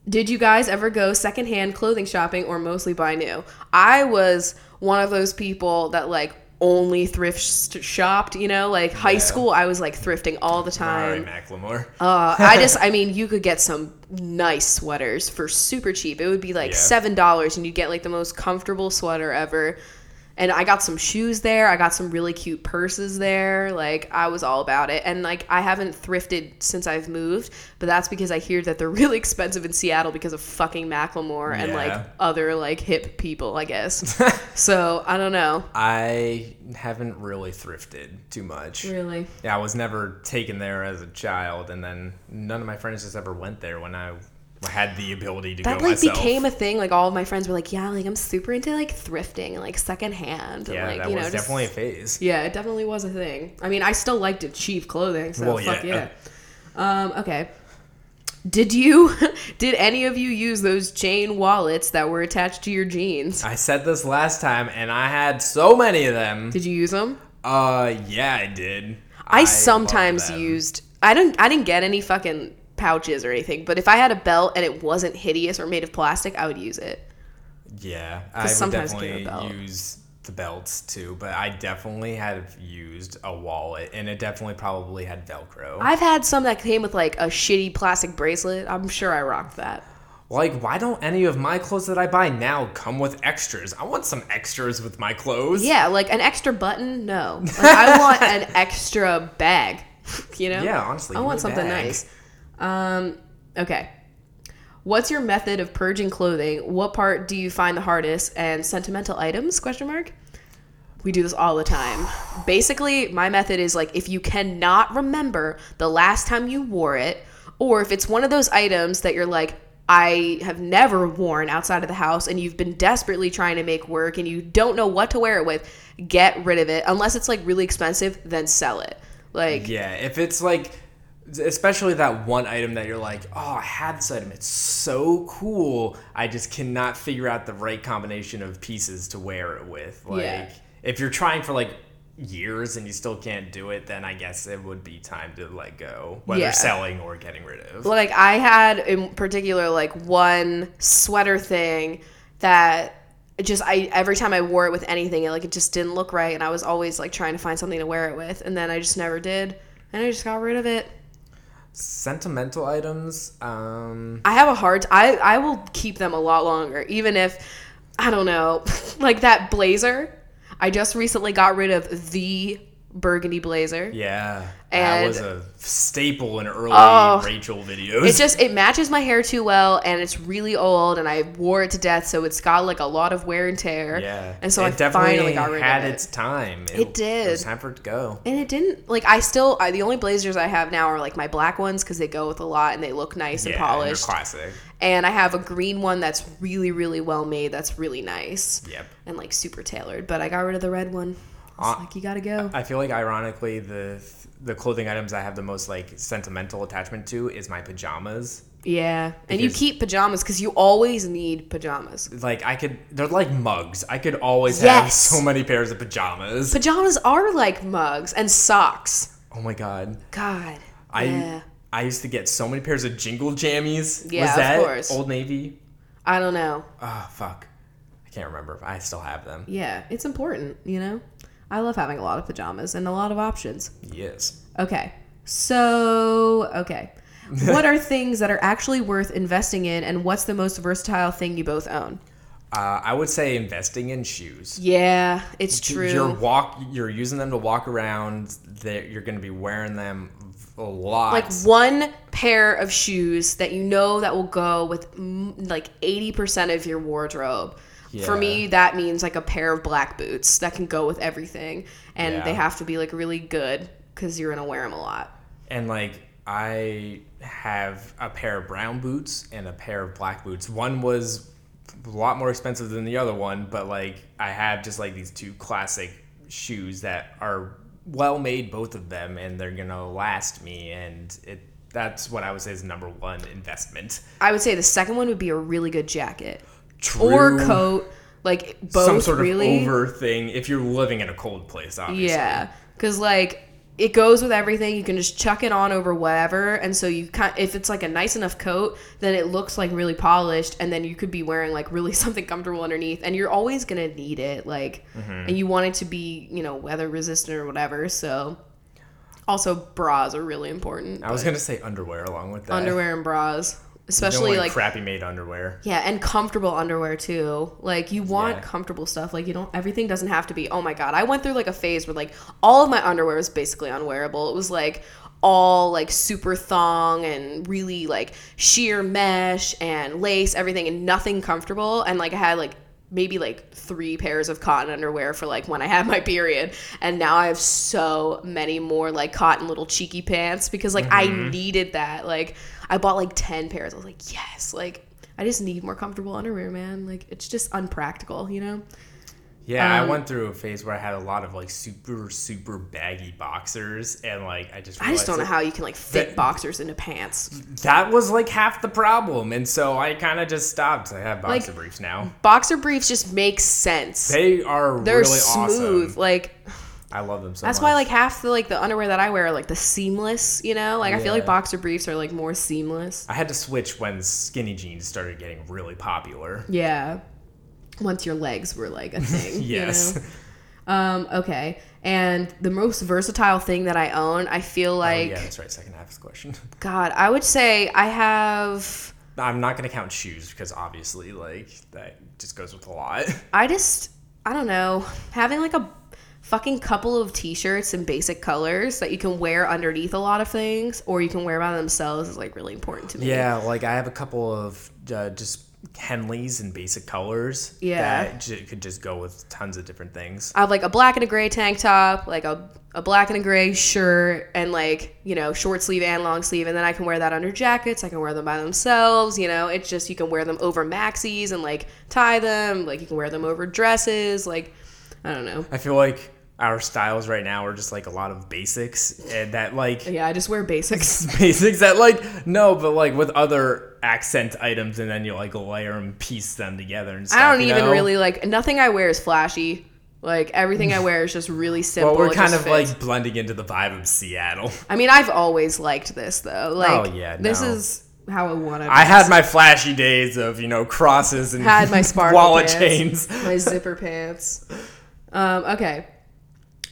C: Did you guys ever go secondhand clothing shopping or mostly buy new? I was one of those people that like only thrift sh- shopped, you know, like high
B: Yeah.
C: school, I was like thrifting all
B: All
C: the time.
B: right, Macklemore.
C: Uh, I just, I mean, you could get some nice sweaters for super cheap. It would be like
B: Yeah.
C: seven dollars, and you'd get like the most comfortable sweater ever. And I got some shoes there. I got some really cute purses there. Like I was all about it. And like I haven't thrifted since I've moved, but that's because I hear that they're really expensive in Seattle because of fucking Macklemore and
B: Yeah.
C: like other like hip people, I guess. so I don't know.
B: I haven't really thrifted too much.
C: Really.
B: Yeah, I was never taken there as a child, and then none of my friends just ever went there when I had the ability to
C: That
B: go
C: like
B: myself.
C: became a thing. Like all of my friends were like, "Yeah, like I'm super into like thrifting and like secondhand."
B: yeah,
C: and, like,
B: that
C: you
B: was
C: know, just-
B: definitely a phase.
C: Yeah, it definitely was a thing. I mean, I still liked it cheap clothing, so
B: Well,
C: fuck yeah.
B: yeah.
C: Um, okay. Did you? Did any of you use those chain wallets that were attached to your jeans?
B: I said this last time, and I had so many of them.
C: Did you use them?
B: Uh, yeah, I did.
C: I,
B: loved
C: sometimes
B: them.
C: used. I don't. I didn't get any fucking pouches or anything. But if I had a belt and it wasn't hideous or made of plastic, I would use it.
B: Yeah, I would
C: sometimes you get a
B: definitely
C: belt.
B: use the belts too, but I definitely have used a wallet, and it definitely probably had Velcro.
C: I've had some that came with like a shitty plastic bracelet. I'm sure I rocked that.
B: Like, why don't any of my clothes that I buy now come with extras? I want some extras with my clothes.
C: Yeah, like an extra button? No. Like, I want an extra bag. You know?
B: Yeah, honestly,
C: I
B: give
C: want
B: me a
C: something
B: bag.
C: nice. Um, okay. What's your method of purging clothing? What part do you find the hardest? And sentimental items? Question mark. We do this all the time. Basically, my method is like if you cannot remember the last time you wore it, or if it's one of those items that you're like, I have never worn outside of the house and you've been desperately trying to make work and you don't know what to wear it with, get rid of it. Unless it's like really expensive, then sell it. Like,
B: Yeah, if it's like, especially that one item that you're like, oh, I had this item. It's so cool. I just cannot figure out the right combination of pieces to wear it with. Like,
C: Yeah.
B: if you're trying for like years and you still can't do it, then I guess it would be time to let go, whether
C: Yeah.
B: selling or getting rid of.
C: like I had in particular like one sweater thing that just I every time I wore it with anything it like it just didn't look right and I was always like trying to find something to wear it with and then I just never did and I just got rid of it.
B: Sentimental items. Um,
C: I have a hard I I will keep them a lot longer even if I don't know like that blazer I just recently got rid of the burgundy blazer.
B: yeah,
C: And-
B: that was a staple in early
C: Oh.
B: Rachel videos.
C: It just it matches my hair too well, and it's really old, and I wore it to death, so it's got like a lot of wear and tear.
B: yeah,
C: and so
B: it
C: I
B: definitely
C: finally got rid
B: had
C: of it.
B: its time.
C: It did.
B: It was time for it to go.
C: and it didn't like I still I, the only blazers I have now are like my black ones because they go with a lot and they look nice and
B: and they're
C: polished.
B: classic.
C: And I have a green one that's really really well made. That's really nice.
B: Yep.
C: And like super tailored, but I got rid of the red one. I was
B: Uh,
C: like, you gotta go.
B: I feel like ironically the the clothing items I have the most like sentimental attachment to is my pajamas.
C: yeah. And you
B: because-
C: keep pajamas because you always need pajamas.
B: Like I could they're like mugs. I could always have
C: Yes.
B: so many pairs of pajamas.
C: Pajamas are like mugs and socks.
B: oh my god.
C: God.
B: I
C: yeah.
B: I used to get so many pairs of jingle jammies.
C: Yeah,
B: Was
C: of
B: that
C: course.
B: Old Navy?
C: I don't know.
B: Oh fuck. I can't remember if I still have them.
C: Yeah, it's important, you know? I love having a lot of pajamas and a lot of options.
B: Yes.
C: Okay. So, okay. what are things that are actually worth investing in and what's the most versatile thing you both own?
B: Uh, I would say investing in shoes.
C: Yeah, it's true.
B: You're walk. You're using them to walk around. They're, you're going to be wearing them a lot.
C: like one pair of shoes that you know that will go with mm, like 80% of your wardrobe. For
B: Yeah.
C: me, that means like a pair of black boots that can go with everything and
B: Yeah.
C: they have to be like really good cuz you're going to wear them a lot.
B: And like I have a pair of brown boots and a pair of black boots. One was a lot more expensive than the other one, but like I have just like these two classic shoes that are well made both of them and they're going to last me and it that's what I would say is number one investment.
C: I would say the second one would be a really good jacket
B: True.
C: or coat, like both
B: Some sort
C: really.
B: of over thing if you're living in a cold place, obviously.
C: yeah, because like it goes with everything. You can just chuck it on over whatever, and so you kind if it's like a nice enough coat, then it looks like really polished, and then you could be wearing like really something comfortable underneath, and you're always gonna need it, like,
B: Mm-hmm.
C: and you want it to be you know weather resistant or whatever. So, also bras are really important.
B: I was gonna say underwear along with that.
C: underwear and bras,
B: Don't
C: especially
B: want
C: like
B: crappy made underwear.
C: yeah, and comfortable underwear too. Like you want
B: Yeah.
C: comfortable stuff. Like you don't everything doesn't have to be. Oh my god, I went through like a phase where like all of my underwear was basically unwearable. It was like all like super thong and really like sheer mesh and lace everything and nothing comfortable and like I had like maybe like three pairs of cotton underwear for like when I had my period. And now I have so many more like cotton little cheeky pants because like I needed that. Like I bought like 10 pairs. I was like, yes, like I just need more comfortable underwear, man. Like it's just unpractical, you know?
B: Yeah,
C: um,
B: I went through a phase where I had a lot of like super super baggy boxers, and like I just
C: I
B: realized,
C: just don't know
B: like,
C: how you can like fit
B: that- Mm.
C: boxers into pants.
B: that was like half the problem, and so I kind of just stopped. I have boxer
C: Like-
B: briefs now.
C: Boxer briefs just make sense.
B: They are
C: They're
B: really
C: smooth.
B: awesome.
C: Like
B: I love them so
C: That's
B: much.
C: why like half the like the underwear that I wear are like the seamless, you know? Like I feel like
B: Yeah.
C: boxer briefs are like more seamless.
B: I had to switch when skinny jeans started getting really popular.
C: Yeah. Once your legs were like a thing. you
B: Yes.
C: know? Um, okay. And the most versatile thing that I own, I feel like
B: Oh, yeah, that's right. Second half of the question.
C: God, I would say I have
B: I'm not gonna count shoes because obviously, like that just goes with a lot.
C: I just I don't know, having like a fucking couple of t-shirts in basic colors that you can wear underneath a lot of things or you can wear by themselves is like really important to me.
B: Yeah, like I have a couple of uh, just Henleys in basic colors.
C: Yeah.
B: that j- could just go with tons of different things.
C: I have like a black and a gray tank top, like a, a black and a gray shirt, and like, you know, short sleeve and long sleeve. And then I can wear that under jackets. I can wear them by themselves. You know, it's just you can wear them over maxis and like tie them. Like you can wear them over dresses. Like, I don't know.
B: I feel like our styles right now are just like a lot of basics, and that like
C: Yeah, I just wear basics.
B: basics that like no, but like with other accent items, and then you like layer and piece them together. And stuff,
C: I don't
B: you
C: even
B: know?
C: really like, nothing I wear is flashy. Like everything I wear is just really simple.
B: But we're
C: It
B: kind
C: just
B: of
C: fits.
B: like blending into the vibe of Seattle.
C: I mean, I've always liked this though. Like,
B: Oh, yeah,
C: this
B: no.
C: is how I want to.
B: I had my flashy days of you know crosses and
C: had my sparkle
B: wallet
C: pants,
B: chains.
C: my zipper pants. Um, okay,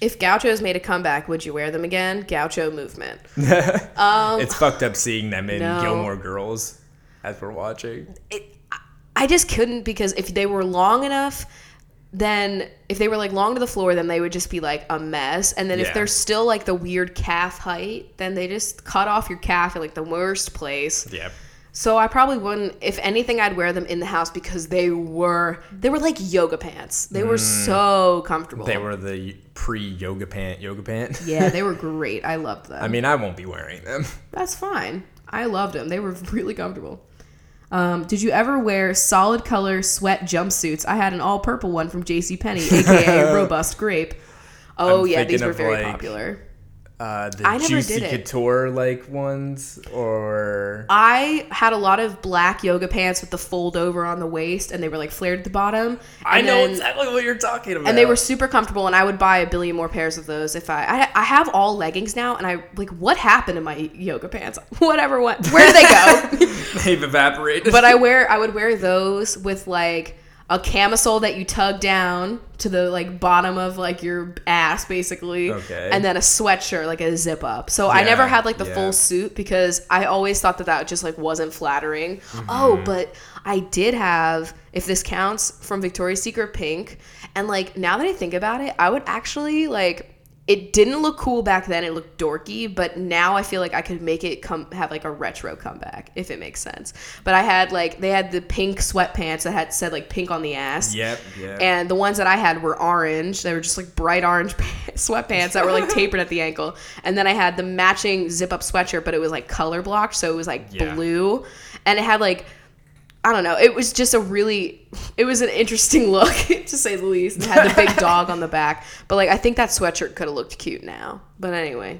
C: if gauchos made a comeback, would you wear them again? Gaucho movement.
B: it's fucked up seeing them in
C: Um, No.
B: Gilmore Girls as we're watching.
C: I just couldn't because if they were long enough, then if they were like long to the floor, then they would just be like a mess. And then
B: Yeah.
C: if they're still like the weird calf height, then they just cut off your calf at like the worst place.
B: Yeah.
C: So I probably wouldn't. If anything, I'd wear them in the house because they were they were like yoga pants. They were so comfortable.
B: Mm. They were the pre yoga pant yoga pant.
C: Yeah, they were great. I loved them.
B: I mean, I won't be wearing them.
C: That's fine. I loved them. They were really comfortable. Um, did you ever wear solid color sweat jumpsuits? I had an all purple one from JCPenney, aka Robust Grape. Oh
B: I'm
C: yeah, these
B: thinking
C: were
B: of,
C: very
B: like-
C: popular.
B: Uh, the
C: I never
B: juicy
C: did it.
B: couture like ones, or
C: I had a lot of black yoga pants with the fold over on the waist, and they were like flared at the bottom.
B: I
C: And
B: know
C: then-
B: exactly what you're talking about.
C: and they were super comfortable and i would buy a billion more pairs of those if i i, I have all leggings now and i like what happened to my yoga pants whatever what where did they go
B: they've evaporated.
C: but i wear i would wear those with like a camisole that you tug down to the like bottom of like your ass basically
B: Okay.
C: and then a sweatshirt like a zip up so i
B: Yeah,
C: never had like the
B: yeah.
C: full suit because i always thought that that just like wasn't flattering oh but i did have if this counts from victoria's secret pink and like now that i think about it i would actually like it didn't look cool back then it looked dorky but now i feel like i could make it come have like a retro comeback if it makes sense but i had like they had the pink sweatpants that had said like pink on the ass
B: yep, yep.
C: and the ones that I had were orange. They were just like bright orange sweatpants that were like tapered at the ankle. And then I had the matching zip up sweatshirt, but it was like color blocked. So it was like
B: Yeah.
C: blue. And it had like, I don't know. It was just a really, it was an interesting look to say the least. It had the big dog on the back. But like, I think that sweatshirt could have looked cute now. But anyway,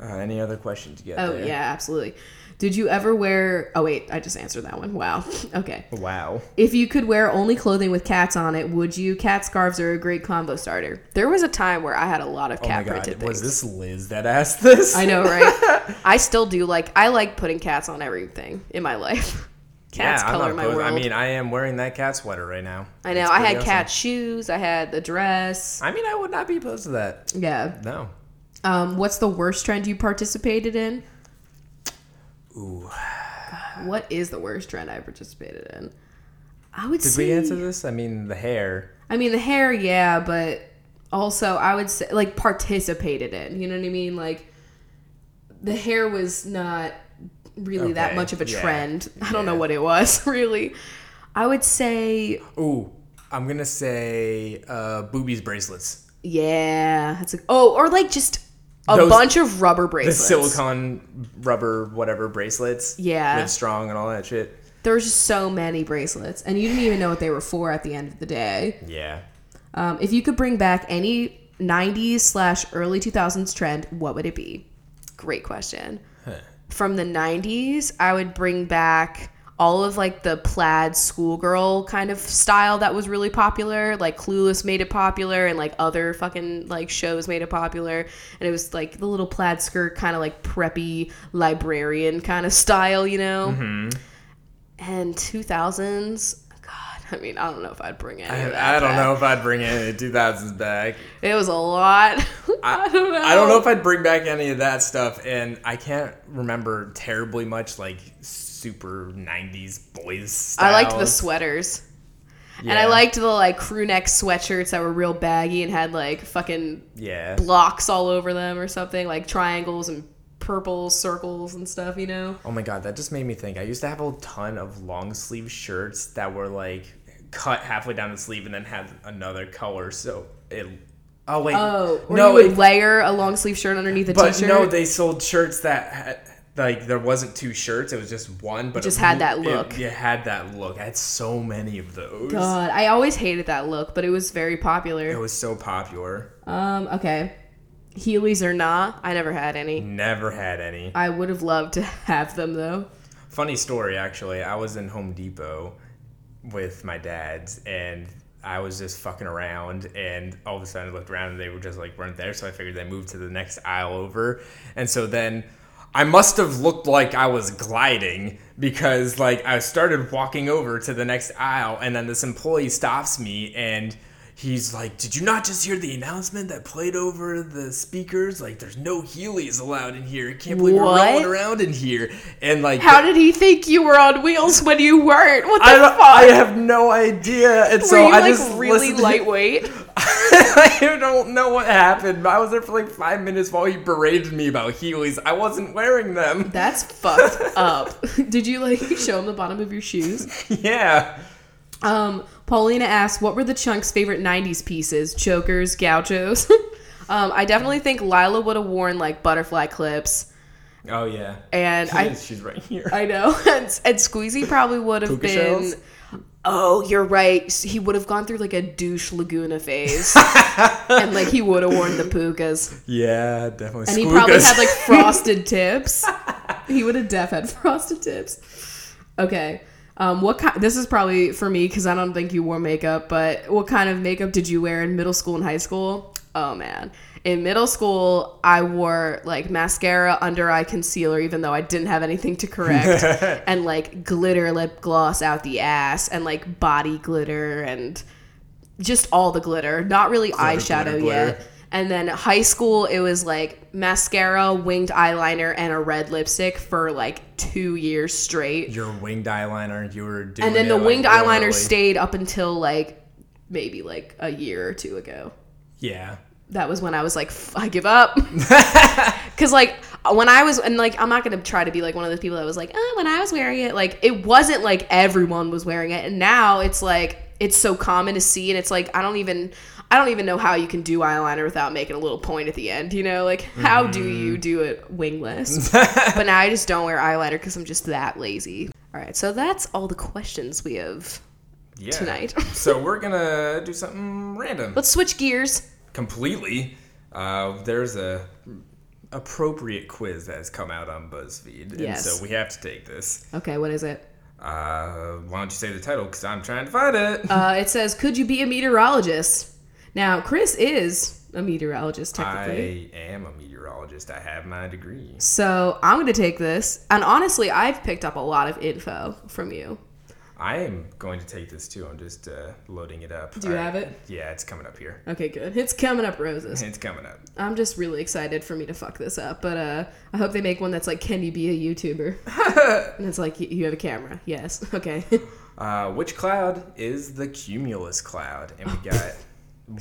B: Uh, any other questions you got
C: Oh
B: there?
C: yeah, absolutely. Did you ever wear? Oh wait, I just answered that one. Wow. okay.
B: Wow.
C: If you could wear only clothing with cats on it, would you? Cat scarves are a great combo starter. There was a time where I had a lot of
B: Oh my
C: cat
B: god.
C: printed
B: Was
C: things.
B: this Liz that asked this?
C: I know, right? I still do like. I like putting cats on everything in my life. Cats
B: yeah,
C: color
B: I'm not
C: my
B: opposed-
C: world.
B: I mean, I am wearing that cat sweater right now.
C: I know.
B: It's
C: I had
B: pretty
C: cat shoes. I had the dress.
B: awesome. I mean, I would not be opposed to that.
C: Yeah.
B: No.
C: Um, what's the worst trend you participated in?
B: Ooh.
C: What is the worst trend I participated in? I would
B: Did
C: say.
B: we answer this? I mean, the hair.
C: I mean, the hair, yeah, but also I would say like participated in. You know what I mean? Like the hair was not really that
B: Okay,
C: much of a
B: yeah,
C: trend. I don't know
B: yeah.
C: what it was really. I would say,
B: Ooh. I'm gonna say uh, boobies bracelets.
C: yeah, that's a, oh, or like just a
B: Those-
C: bunch of rubber
B: The
C: bracelets.
B: silicone rubber whatever bracelets.
C: Yeah.
B: With strong and all that shit.
C: There's just so many bracelets, and you didn't even know what they were for at the end of the day.
B: Yeah.
C: Um, if you could bring back any 90s slash early 2000s trend, what would it be? Great question. From the 90s, I would bring back all of like the plaid schoolgirl kind of style that was really popular. Like Clueless made it popular and like other fucking like shows made it popular. And it was like the little plaid skirt, kind of like preppy librarian kind of style, you know?
B: Mm-hmm.
C: And 2000s, God, I mean, I don't know if I'd bring any of that
B: I don't
C: back.
B: know if I'd bring any of the 2000s back.
C: It was a lot. I, don't know.
B: I don't know if I'd bring back any of that stuff, and I can't remember terribly much like super '90s boys.
C: I liked the
B: styles.
C: sweaters. And
B: Yeah.
C: I liked the like crew neck sweatshirts that were real baggy and had like fucking
B: Yeah.
C: blocks all over them or something, like triangles and purple circles and stuff, you know?
B: Oh my god, that just made me think. I used to have a ton of long sleeve shirts that were like cut halfway down the sleeve and then had another color. So it. Oh wait.
C: Oh, or
B: no,
C: you would
B: it-
C: layer a long sleeve shirt underneath a
B: but
C: shirt
B: no, they sold shirts that had. Like there wasn't two shirts; it was just one. But it
C: Just had that
B: it-
C: look.
B: It had that look. I had so many of those.
C: God, I always hated that look, but it was very
B: It
C: popular.
B: was so popular.
C: Um, okay. Heelys or not, I never had
B: Mm.
C: any.
B: Never had any.
C: I would have loved to have them though.
B: Funny story, actually. I was in Home Depot with my dad's, and I was just fucking around, and all of a sudden I looked around, and they were just like weren't there. So I figured they moved to the next aisle over, and so then I must have looked like I was gliding because like I started walking over to the next aisle, and then this employee stops me and. He's like, Did you not just hear the announcement that played over the speakers? Like, there's no Heelys allowed in here. I can't believe
C: What?
B: we're rolling around in here. And, like,
C: How did he think you were on wheels when you weren't? What the
B: I, don't-
C: fuck?
B: I have no idea. And so
C: Were you
B: I
C: like
B: just
C: really
B: listened-
C: lightweight?
B: I don't know what happened. I was there for like five minutes while he berated me about Heelys. I wasn't wearing them.
C: That's fucked up. Did you like show him the bottom of your shoes?
B: Yeah.
C: Um, Paulina asks, what were the chunks' favorite '90s pieces? Chokers, gauchos. um, I definitely think Lila would have worn like butterfly clips,
B: Oh yeah.
C: and I,
B: She's right here.
C: I know, and, and Squeezy probably would have
B: Puka
C: been.
B: shells?
C: Oh, you're right. He would have gone through like a douche Laguna phase, and like he would have worn the pukas.
B: yeah, definitely.
C: And he probably
B: Squeakers.
C: had like frosted tips. he would have def had frosted tips. Okay. Um, what kind? This is probably for me because I don't think you wore makeup. But what kind of makeup did you wear in middle school and high school? Oh man, in middle school I wore like mascara, under eye concealer, even though I didn't have anything to correct, and like glitter lip gloss out the ass, and like body glitter and just all the glitter, not really eyeshadow
B: glitter,
C: yet.
B: glitter.
C: And then high school, it was like mascara, winged eyeliner, and a red lipstick for like two years straight.
B: your winged eyeliner. You were doing.
C: and then
B: it,
C: the
B: like,
C: winged
B: real
C: eyeliner
B: early.
C: stayed up until like maybe like a year or two ago.
B: Yeah.
C: That was when I was like, "F- I give up. Cause like uh, when I was, and like I'm not gonna try to be like one of those people that was like, oh, when I was wearing it, like it wasn't like everyone was wearing it, and now it's like it's so common to see, and it's like I don't even, I don't even know how you can do eyeliner without making a little point at the end, you know? Like how do you do it wingless? but now I just don't wear eyeliner because I'm just that lazy. All right, so that's all the questions we have.
B: Yeah.
C: Tonight.
B: so we're gonna do something random.
C: Let's switch gears.
B: completely. Uh, there's a appropriate quiz that has come out on BuzzFeed.
C: Yes.
B: And so we have to take this.
C: Okay, what is it?
B: Uh, why don't you say the title? Because I'm trying to find it.
C: Uh, it says, "Could you be a meteorologist?" Now, Chris is a meteorologist technically,
B: I am a meteorologist. I have my degree.
C: so I'm going to take this. And honestly, I've picked up a lot of info from you.
B: I am going to take this too. I'm just uh, loading it up.
C: Do you
B: All
C: have it?
B: Yeah, it's coming up here.
C: Okay, good. It's coming up, roses.
B: It's coming up.
C: I'm just really excited for me to fuck this up, but uh, I hope they make one that's like, "Can you be a YouTuber?" and it's like, "You you have a camera." Yes. Okay.
B: Uh, which cloud is the cumulus cloud? And we got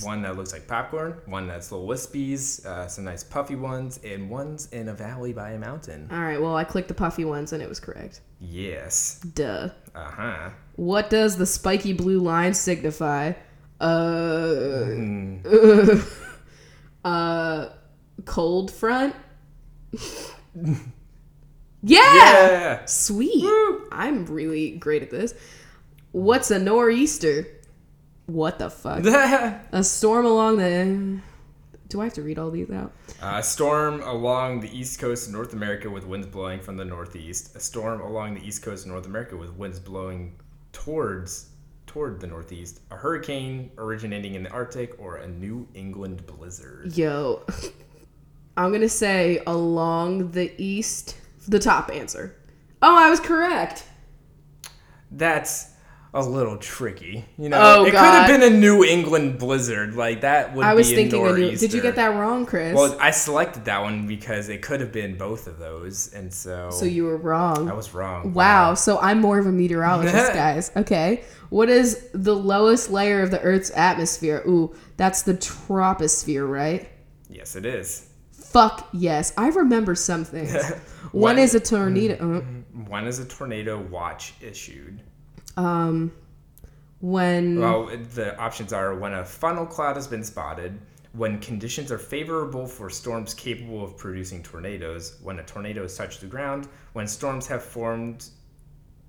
B: one that looks like popcorn, one that's little wispies, uh, some nice puffy ones, and one's in a valley by a mountain.
C: All right. Well, I clicked the puffy ones, and it was correct.
B: Yes.
C: Duh.
B: Uh huh.
C: What does the spiky blue line signify? Uh, uh, cold front. yeah!
B: Yeah.
C: sweet. I'm really great at this. What's a nor'easter? What the fuck? a storm along the. Do I have to read all these out?
B: A storm along the east coast of North America with winds blowing from the northeast. A storm along the east coast of North America with winds blowing towards toward the northeast. A hurricane originating in the Arctic or a New England blizzard.
C: Yo, I'm gonna say along the east. The top answer. Oh, I was correct.
B: That's a little tricky. You know,
C: Oh,
B: it could have
C: God.
B: been a New England blizzard. Like that would
C: I was
B: be
C: thinking.
B: a
C: Of you.
B: nor'easter.
C: Did you get that wrong, Chris?
B: Well, I selected that one because it could have been both of those, and so,
C: so you were
B: I
C: wrong.
B: was wrong.
C: Wow. So I'm more of a meteorologist, guys. Okay. What is the lowest layer of the Earth's atmosphere? Ooh, that's the troposphere, right?
B: Yes, it is.
C: Fuck yes. I remember some things. One
B: What?
C: is a tornado. uh,
B: Mm-hmm. When is a tornado watch issued?
C: When
B: Well, the options are when a funnel cloud has been spotted, when conditions are favorable for storms capable of producing tornadoes, when a tornado has touched the ground, when storms have formed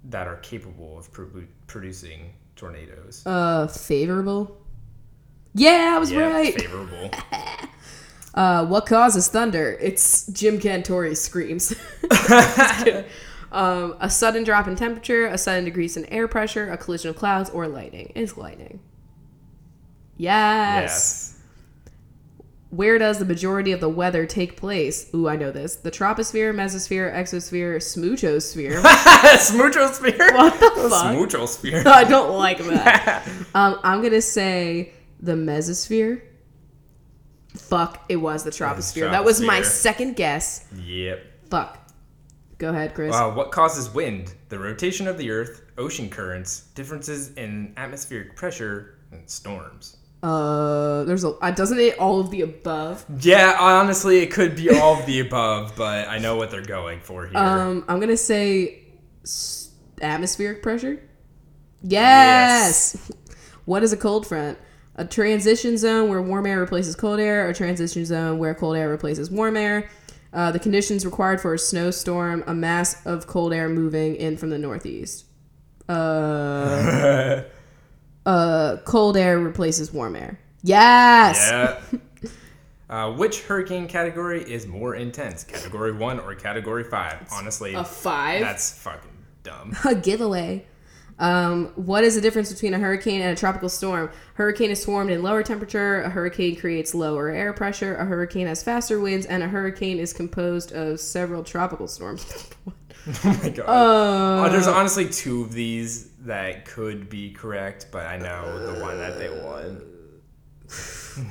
B: that are capable of pro- producing tornadoes.
C: uh favorable. Yeah, I was right.
B: favorable.
C: Uh, what causes thunder? It's Jim Cantori's screams. um, a sudden drop in temperature, a sudden decrease in air pressure, a collision of clouds, or lightning. It's lightning. Yes.
B: yes.
C: Where does the majority of the weather take place? Ooh, I know this. The troposphere, mesosphere, exosphere, smoochosphere.
B: Smoochosphere.
C: What the fuck?
B: Smoochosphere.
C: I don't like that. um, I'm gonna say the mesosphere. Fuck, it was the troposphere. That was my
B: troposphere.
C: second guess.
B: yep.
C: Fuck. Go ahead, Chris.
B: Uh, what causes wind? The rotation of the Earth, ocean currents, differences in atmospheric pressure, and storms.
C: Uh, there's a. Uh, doesn't it all of the above?
B: Yeah, honestly, it could be all of the above, but I know what they're going for here.
C: Um, I'm gonna say s- atmospheric pressure. Yes.
B: Yes.
C: What is a cold front? A transition zone where warm air replaces cold air, a transition zone where cold air replaces warm air. Uh, the conditions required for a snowstorm, a mass of cold air moving in from the northeast. Uh, uh, cold air replaces warm air. Yes.
B: yeah. Uh, which hurricane category is more intense, Category One or Category Five? Honestly,
C: A five.
B: that's fucking dumb.
C: a giveaway. Um, what is the difference between a hurricane and a tropical storm? Hurricane is formed in lower temperature. A hurricane creates lower air pressure. A hurricane has faster winds, and a hurricane is composed of several tropical storms.
B: Oh my god. Uh, There's honestly two of these that could be correct, but I know the one that they won.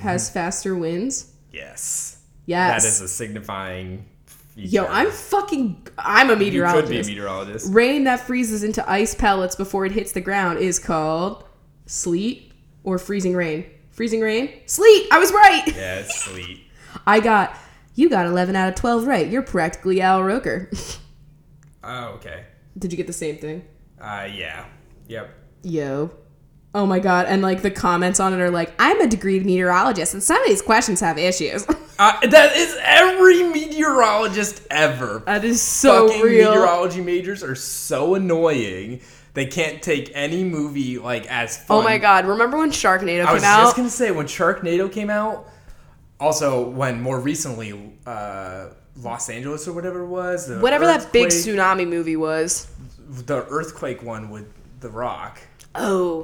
C: has faster winds.
B: Yes.
C: Yes.
B: Mhm. That is a signifying. Feature.
C: Yo, I'm fucking. I'm a
B: You could
C: meteorologist.
B: be a meteorologist.
C: Rain that freezes into ice pellets before it hits the ground is called sleet or freezing rain. Freezing rain, sleet. I was right.
B: Yeah, it's sweet.
C: I got you got 11 out of 12 right. You're practically Al Roker.
B: Oh, okay.
C: Did you get the same thing?
B: Uh, yeah. Yep.
C: Yo. Oh my god, and like the comments on it are like, I'm a degreed meteorologist and some of these questions have issues.
B: Uh, that is every meteorologist ever.
C: that is so
B: Fucking
C: real.
B: meteorology majors are so annoying. They can't take any movie like as fun.
E: Oh
C: oh my god, remember when Sharknado
B: I was
C: came out?
B: just gonna say when Sharknado came out, also, when more recently, uh, Los Angeles or whatever it was, the
E: Whatever that big
B: earthquake-
E: tsunami movie was.
B: the earthquake one with The Rock,
E: Oh,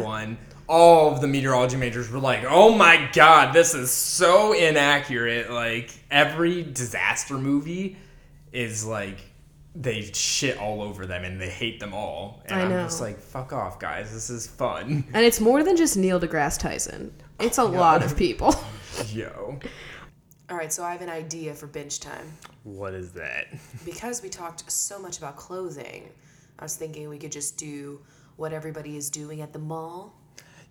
E: yeah.
B: one, all of the meteorology majors were like, "Oh my god, this is so inaccurate!" Like every disaster movie is like they shit all over them and they hate them all. And
E: I
B: am
E: know.
B: just like, "Fuck off, guys! This is fun."
E: And it's more than just Neil deGrasse Tyson. It's
B: Oh
E: a lot of people.
B: Yo,
C: All right, so I have an idea for binge time.
B: what is that?
C: Because we talked so much about clothing, I was thinking we could just do what everybody is doing at the mall.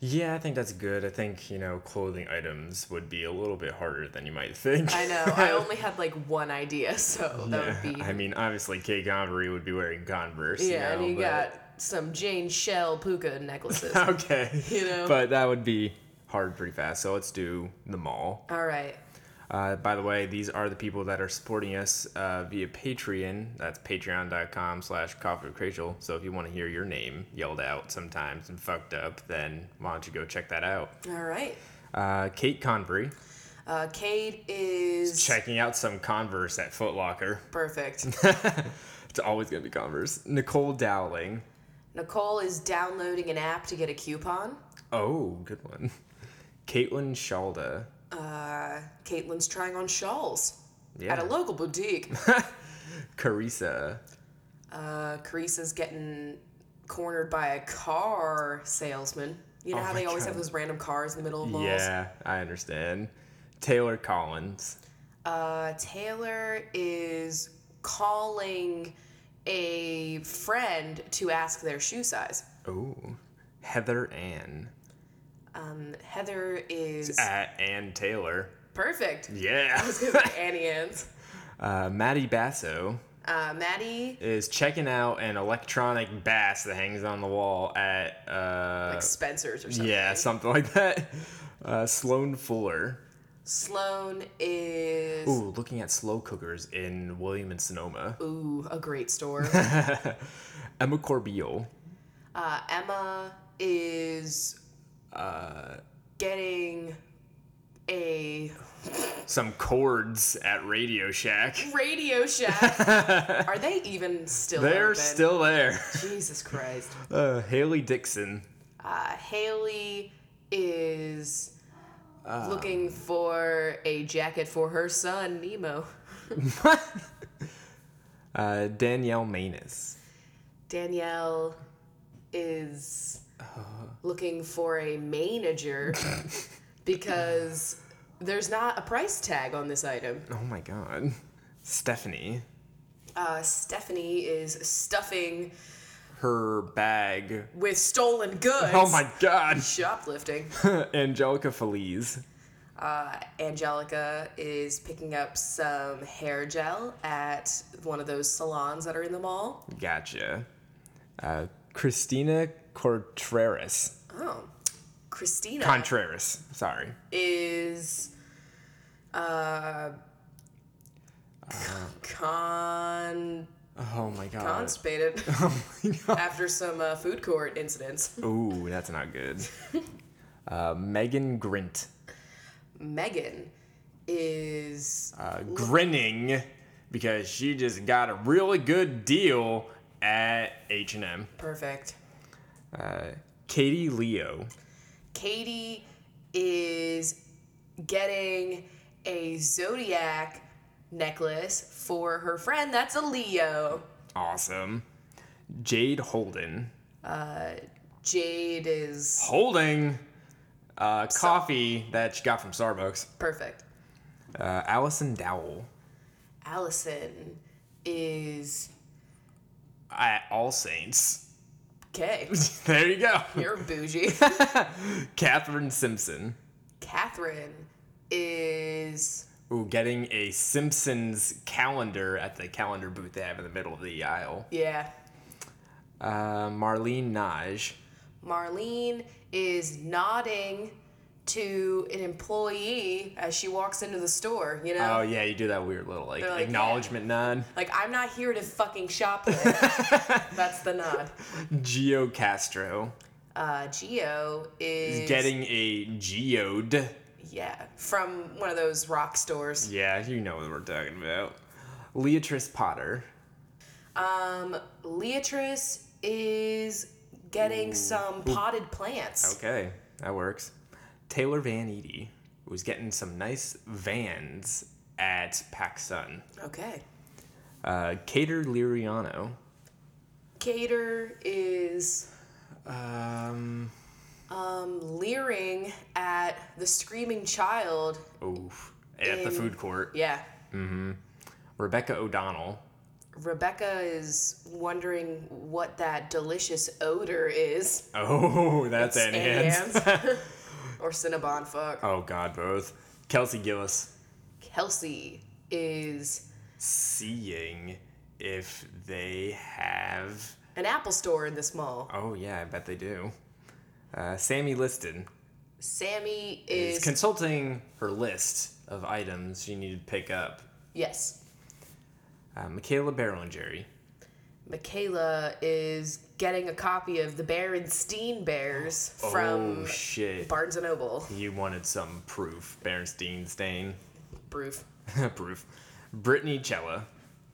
B: Yeah, I think that's good. I think you know, clothing items would be a little bit harder than you might think.
C: I know, I only had like one idea, so that would be.
B: I mean, obviously, Kay Convery would be wearing Converse.
C: yeah,
B: you know,
C: and you
B: but-
C: got some Jane Shell puka necklaces.
B: okay.
C: You know?
B: But that would be hard pretty fast. So let's do the mall.
C: All right.
B: Uh, by the way, these are the people that are supporting us uh, via Patreon. That's patreon.com slash coffee with Rachel. So if you want to hear your name yelled out sometimes and fucked up, then why don't you go check that out.
C: All right.
B: Uh, Kate Convery
C: Uh, Cade is
B: checking out some Converse at Foot Locker.
C: perfect.
B: it's always going to be Converse. Nicole Dowling.
C: Nicole is downloading an app to get a coupon.
B: Oh, good one. Caitlin Shalda.
C: Uh, Caitlin's trying on shawls
B: Yeah.
C: at a local boutique.
B: Carissa.
C: Uh, Carissa's getting cornered by a car salesman. You know
B: Oh
C: how
B: my
C: they always
B: God.
C: have those random cars in the middle of malls?
B: Yeah, I understand. Taylor Collins.
C: Uh, Taylor is calling a friend to ask their shoe size.
B: Oh, Heather Ann.
C: Um, Heather is
B: At Ann Taylor.
C: perfect.
B: Yeah.
C: Annie Ann's.
B: Uh, Maddie Basso
C: Uh, Maddie,
B: is checking out an electronic bass that hangs on the wall at, uh,
C: like Spencer's or something.
B: yeah, something like that. Uh, Sloan Fuller.
C: Sloane is. Ooh.
B: Ooh, looking at slow cookers in William and Sonoma.
C: a great store.
B: Emma Corbeil.
C: uh, Emma is uh, getting a
B: Some chords at Radio Shack.
C: Radio Shack. Are they even still?
B: They're
C: open?
B: still there.
C: Jesus Christ.
B: Uh, Haley Dixon.
C: Uh, Haley is
B: Uh,
C: looking for a jacket for her son Nemo.
B: Uh, Danielle Manis.
C: Danielle is
B: Uh-huh.
C: looking for a manager because there's not a price tag on this item.
B: Oh my god. Stephanie.
C: Uh, Stephanie is stuffing
B: Her bag.
C: with stolen goods.
B: Oh my god.
C: Shoplifting. Uh,
B: Angelica Feliz.
C: Angelica is picking up some hair gel at one of those salons that are in the mall.
B: Gotcha. Uh, Christina Contreras.
C: Oh. Christina
B: Contreras. Sorry.
C: is uh, con
B: Oh my god.
C: constipated
B: Oh my god.
C: after some uh, food court incidents.
B: Ooh, that's not good. Uh, Megan Grint.
C: Megan is
B: Uh, grinning because she just got a really good deal at H&M.
C: perfect.
B: Uh, Katie Leo.
C: Katie is getting a zodiac necklace for her friend that's a Leo.
B: Awesome. Jade Holden.
C: Jade is
B: Holding uh, coffee that she got from Starbucks.
C: perfect.
B: Uh, Allison Dowell
C: Allison is
B: at All Saints.
C: gay.
B: There you go.
C: You're bougie.
B: Catherine Simpson.
C: Catherine is
B: Ooh, getting a Simpsons calendar at the calendar booth they have in the middle of the aisle.
C: yeah.
B: Uh, Marlene Naj.
C: Marlene is nodding to an employee as she walks into the store, you know?
B: Oh yeah, you do that weird little like,
C: They're like,
B: acknowledgement nod.
C: like I'm not here to fucking shop. That's the nod.
B: Geo Castro
C: Uh, Geo is
B: Mm. getting a geode.
D: Yeah, from one of those rock stores.
B: Yeah, you know what we're talking about. Leatrice Potter.
D: Um, Leatrice is getting some potted plants.
B: Okay, that works. Taylor Van Edie was getting some nice vans at PacSun.
D: Okay.
B: Uh, Cater Liriano.
D: Cater is
B: Um,
D: um, leering at the screaming child.
B: oof. At the
D: In-
B: food court.
D: Yeah.
B: Rebecca O'Donnell.
D: Rebecca is wondering what that delicious odor is.
B: Oh, that's Annie Hands.
D: Ants. or Cinnabon, fuck.
B: Oh, God, both. Kelsey Gillis.
D: Kelsey is
B: Seeing if they have.
D: an Apple store in this mall.
B: Oh, yeah, I bet they do. Uh, Sammy Liston
D: Sammy
B: is
D: is.
B: consulting her list of items she needed to pick up.
D: yes.
B: Uh, Michaela Barrow-Jerry.
D: Michaela is getting a copy of the Berenstein Bears
B: oh
D: from
B: shit!
D: Barnes and Noble.
B: you wanted some proof, Berenstein stain
D: Proof.
B: proof. Brittany Cella.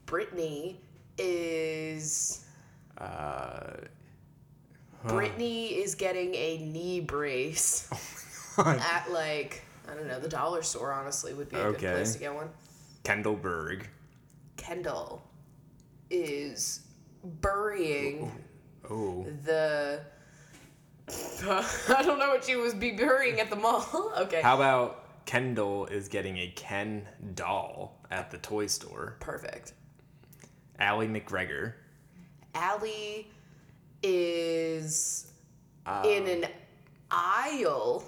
D: Brittany is.
B: Uh,
D: Brittany is getting a knee brace at like I don't know the dollar store. Honestly, would be a
B: Okay.
D: good place to get one.
B: Kendall Berg.
D: Kendall is burying
B: Oh,
D: the. I don't know what she was be burying at the mall. okay.
B: how about Kendall is getting a Ken doll at the toy store?
D: Perfect.
B: Allie McGregor.
D: Allie is in an aisle.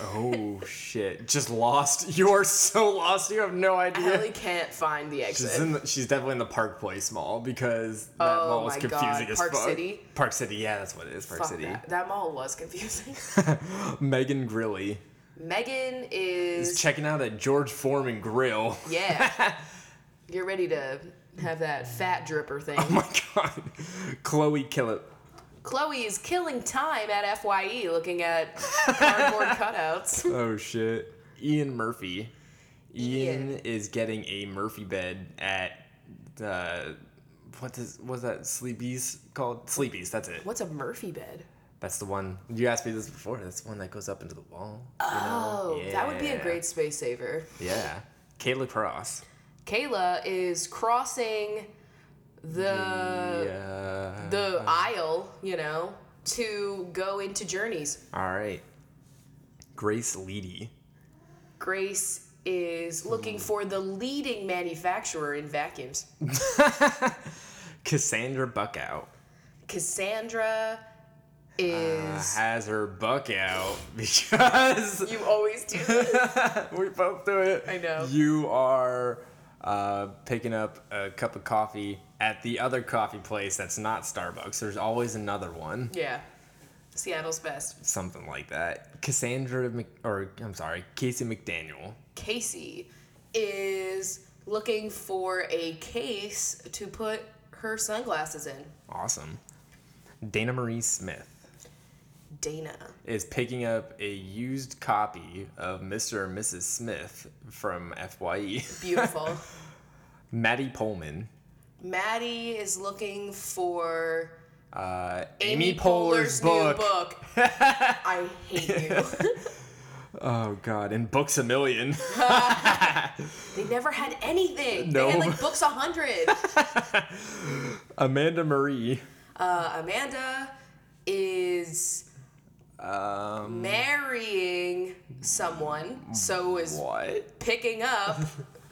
B: Oh shit! Just lost. You are so lost. You have no idea.
D: Allie can't find the
B: She's
D: exit.
B: in. The, she's definitely in the Park Place Mall because that
D: Oh
B: mall was
D: my
B: confusing
D: God,
B: as
D: Park
B: fuck.
D: City?
B: Park City. Yeah, that's what it is. Park
D: Fuck
B: City.
D: That. that mall was confusing.
B: Megan Grilly
D: Megan is
B: is checking out that George Foreman grill.
D: yeah. You're ready to have that fat dripper thing.
B: Oh my god. Chloe Killip.
D: Chloe is killing time at Fye, looking at cardboard cutouts.
B: Oh shit. Ian Murphy. Ian,
D: Ian.
B: is getting a Murphy bed at uh, what is what's that Sleepy's called? Sleepy's. That's it.
D: What's a Murphy bed?
B: That's the one you asked me this before. That's the one that goes up into the wall.
D: Oh, that would be a
B: Yeah.
D: great space saver.
B: Yeah. Kayla Cross.
D: Kayla is crossing the
B: yeah.
D: the aisle, you know, to go into journeys.
B: All right. Grace Leedy.
D: Grace is looking
B: Mm-hmm.
D: for the leading manufacturer in vacuums.
B: Cassandra Buckout.
D: Cassandra
B: Uh.
D: is.
B: has her buck out because
D: you always do. this.
B: we both do it.
D: I know.
B: You are uh, picking up a cup of coffee at the other coffee place that's not Starbucks. There's always another one,
D: yeah. Seattle's best.
B: something like that. Cassandra Mc- or I'm sorry, Casey McDaniel.
D: Casey is looking for a case to put her sunglasses in.
B: Awesome. Dana Marie Smith
D: Dana.
B: is picking up a used copy of Mr. and Mrs. Smith from E. FYE.
D: Beautiful.
B: Maddie Pullman.
D: Maddie is looking for
B: Uh, Amy, Poehler's, book.
D: new book. I hate you.
B: Oh god, and books a million.
D: They never had anything.
B: No.
D: They had like books a hundred.
B: Amanda Marie.
D: uh, Amanda is
B: Um
D: marrying someone, so is
B: what?
D: picking up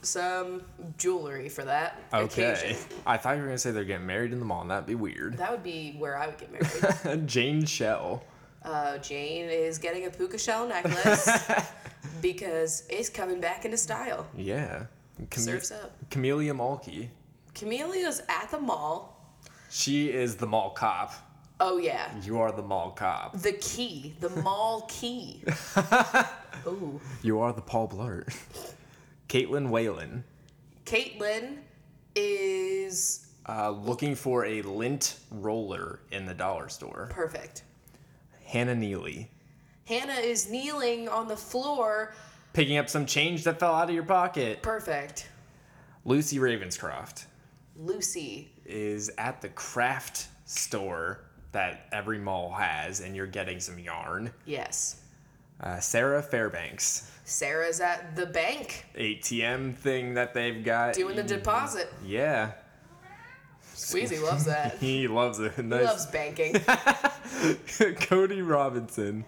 D: some jewelry for that
B: Okay.
D: occasion.
B: I thought you were gonna say they're getting married in the mall, and that'd be weird.
D: That would be where I would get married.
B: Jane Shell.
D: Uh, Jane is getting a puka shell necklace because it's coming back into style.
B: Yeah. Chame-
D: Serves up.
B: Camellia Mulkey.
D: Camellia's at the mall.
B: She is the mall cop.
D: Oh yeah,
B: You are the mall cop.
D: the key, the mall key. Ooh.
B: You are the Paul Blart. Caitlin Whalen.
D: Caitlin is
B: Uh, looking for a lint roller in the dollar store.
D: perfect.
B: Hannah Neely.
D: Hannah is kneeling on the floor.
B: Picking up some change that fell out of your pocket.
D: Perfect.
B: Lucy Ravenscroft
D: Lucy.
B: is at the craft store that every mall has, and you're getting some yarn.
D: Yes.
B: Uh, Sarah Fairbanks,
D: Sarah's at the bank
B: ATM thing that they've got.
D: doing the deposit.
B: yeah,
D: Sweezy loves that. He
B: he loves it. Nice.
D: loves banking.
B: Cody Robinson.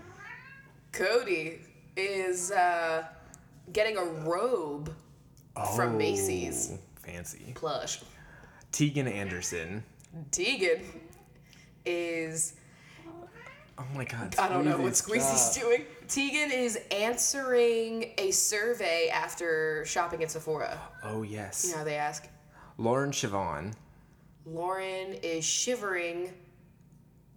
D: Cody is uh, getting a robe from Macy's.
B: Oh, Fancy.
D: Plush.
B: Tegan Anderson.
D: Tegan is
B: Oh my god.
D: I don't know what
B: Squeezy's
D: Squeezy's
B: got-
D: doing. Tegan is answering a survey after shopping at Sephora.
B: Oh yes.
D: You know, they ask.
B: Lauren Chavon.
D: Lauren is shivering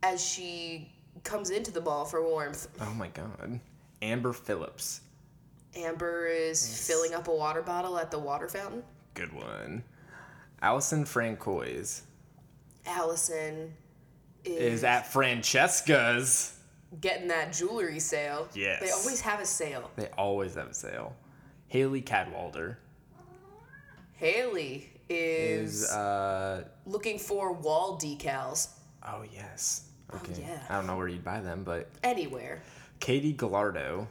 D: as she comes into the mall for warmth.
B: Oh my god. Amber Phillips.
D: Amber is filling up a water bottle at the water fountain.
B: Good one. Allison Francois
D: Allison is,
B: is at Francesca's.
D: getting that jewelry sale.
B: Yes.
D: They always have a sale.
B: They always have a sale. Haley Cadwalder
D: Haley is,
B: is uh
D: looking for wall decals
B: oh yes. Oh, Okay.
D: yeah.
B: I don't know where you'd buy them, but
D: anywhere.
B: Katie Gallardo.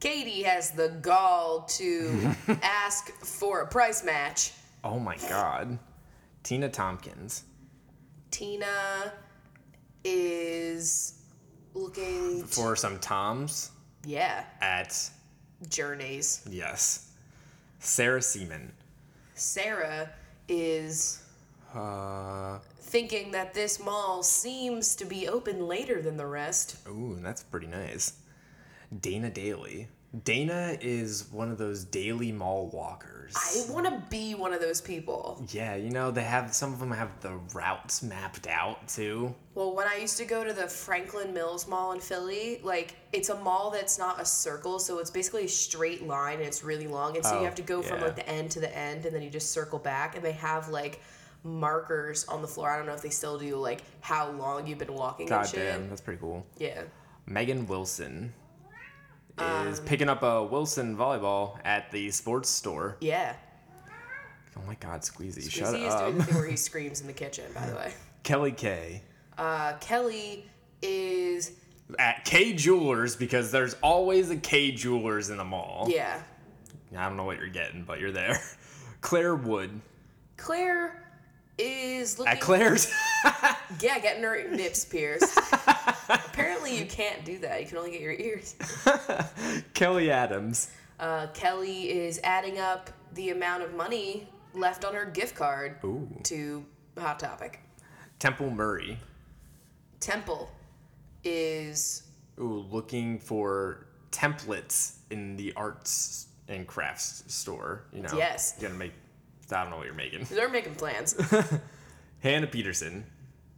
D: Katie has the gall to ask for a price match.
B: Oh my god. Tina Tompkins.
D: Tina is looking,
B: For some Toms
D: yeah,
B: at
D: journeys.
B: yes. Sarah Seaman.
D: Sarah is
B: Uh
D: thinking that this mall seems to be open later than the rest.
B: Ooh, that's pretty nice. Dana Daly. Dana is one of those daily mall walkers.
D: I want to be one of those people.
B: yeah, you know, they have some of them have the routes mapped out too.
D: Well, when I used to go to the Franklin Mills Mall in Philly, like it's a mall that's not a circle, so it's basically a straight line and it's really long. And so
B: Oh,
D: you have to go from
B: yeah.
D: like the end to the end and then you just circle back and they have like markers on the floor. I don't know if they still do like how long you've been walking
B: God
D: and shit.
B: damn, that's pretty cool.
D: Yeah.
B: Megan Wilson
D: Um,
B: is picking up a Wilson volleyball at the sports store.
D: Yeah.
B: Oh my god, Squeezy, shut
D: Shut he is
B: up.
D: doing the thing where he screams in the kitchen, by the way.
B: Kelly K
D: Uh, Kelly is
B: at K Jewelers because there's always a K Jewelers in the mall.
D: yeah.
B: I don't know what you're getting, but you're there. Claire Wood
D: Claire is looking
B: at Claire's.
D: Yeah, getting her nips pierced. Apparently, you can't do that. You can only get your ears.
B: Kelly Adams.
D: Uh, Kelly is adding up the amount of money left on her gift card
B: Ooh.
D: to Hot Topic.
B: Temple Murray.
D: Temple is
B: Ooh, looking for templates in the arts and crafts store. You know.
D: Yes.
B: Gonna make. I don't know what you're making.
D: they're making plans.
B: Hannah Peterson.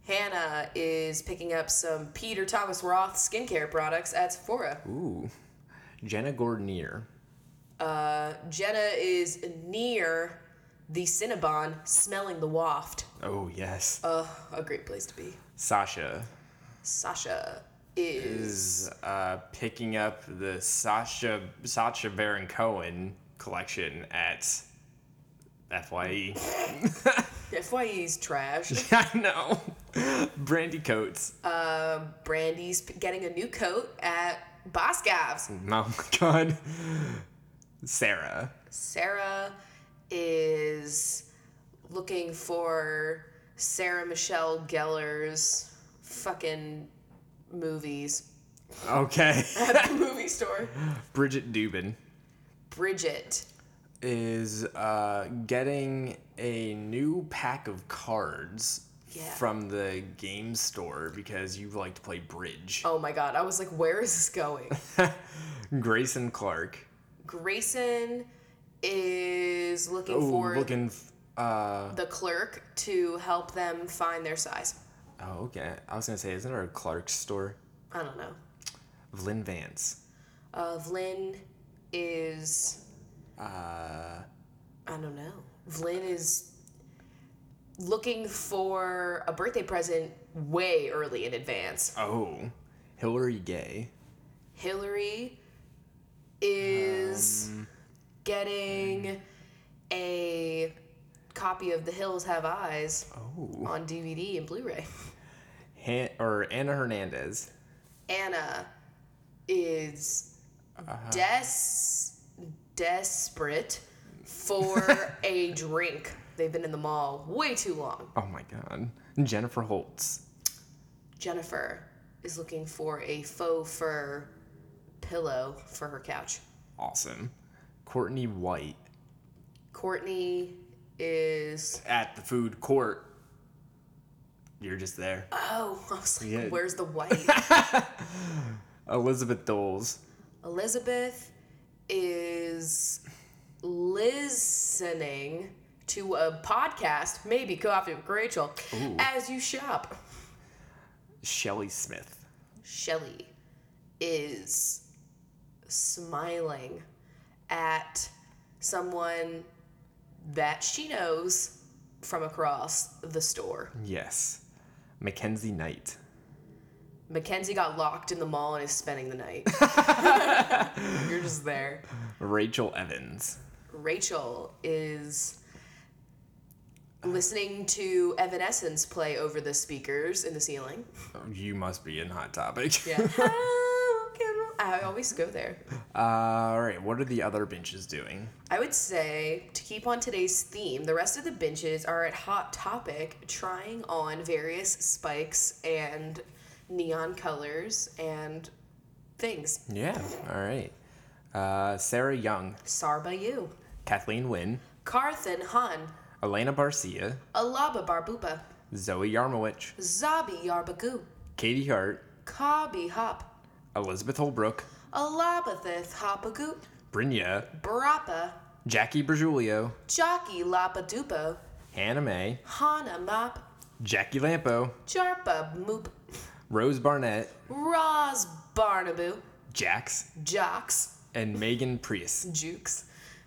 D: Hannah is picking up some Peter Thomas Roth skincare products at Sephora.
B: Ooh. Jenna Gordonier.
D: Jenna is near the Cinnabon, smelling the waft.
B: Oh yes.
D: Ugh, a great place to be.
B: Sasha
D: Sasha is
B: is uh, picking up the Sasha Sasha Baron Cohen collection at Fye.
D: FYE's trash.
B: I know. Brandy Coates.
D: Brandy's p- getting a new coat at Boscov's.
B: Oh my god. Sarah.
D: Sarah is looking for Sarah Michelle Gellar's fucking movies
B: Okay.
D: at the movie store.
B: Bridget Dubin
D: Bridget
B: is uh, getting a new pack of cards
D: Yeah.
B: from the game store because you like to play bridge.
D: Oh my god, I was like, where is this going?
B: Grayson Clark.
D: Grayson is looking
B: Ooh,
D: for
B: looking. F- uh,
D: the clerk to help them find their size.
B: oh, okay. I was gonna say, isn't there a Clark store?
D: I don't know.
B: Vlyn Vance.
D: Uh, Vlyn is
B: Uh,
D: I don't know. Vlyn is looking for a birthday present way early in advance.
B: oh, Hillary Gay.
D: Hillary
B: Um,
D: is
B: hmm.
D: getting a copy of The Hills Have Eyes
B: Oh.
D: on DVD and Blu-ray.
B: Han- or Anna Hernandez.
D: Anna is des- desperate for a drink. They've been in the mall way too long.
B: Oh my God. Jennifer Holtz.
D: Jennifer is looking for a faux fur pillow for her couch.
B: Awesome. Courtney White
D: Courtney is
B: at the food court. You're just there.
D: oh, I was like,
B: Yeah.
D: where's the white?
B: Elizabeth Doles.
D: Elizabeth is listening to a podcast, maybe Coffee with Rachel, as you shop.
B: Shelly Smith.
D: Shelly is smiling at someone that she knows from across the store.
B: Yes. Mackenzie Knight.
D: Mackenzie got locked in the mall and is spending the night. You're just there.
B: Rachel Evans.
D: Rachel is listening to Evanescence play over the speakers in the ceiling.
B: You must be in Hot Topic.
D: Yeah. I always go there.
B: Uh, all right. What are the other benches doing?
D: I would say to keep on today's theme, the rest of the benches are at Hot Topic trying on various spikes and neon colors and things.
B: Yeah. All right. Uh, Sarah Young.
D: Sarba you.
B: Kathleen Wynn.
D: Karthan Han.
B: Elena Barcia.
D: Alaba Barbupa.
B: Zoe Yarmowich.
D: Zabi Yarbagu.
B: Katie Hart.
D: Kabi Hop.
B: Elizabeth Holbrook.
D: Alabathith Hopagu.
B: Brynja.
D: Barapa.
B: Jackie Bergiulio.
D: Jockey Lapadupo.
B: Hannah May.
D: Hana Mop.
B: Jackie Lampo.
D: Jarpa Moop.
B: Rose Barnett.
D: Roz Barnaboo.
B: Jax.
D: Jocks.
B: And Megan Priest.
D: Jukes,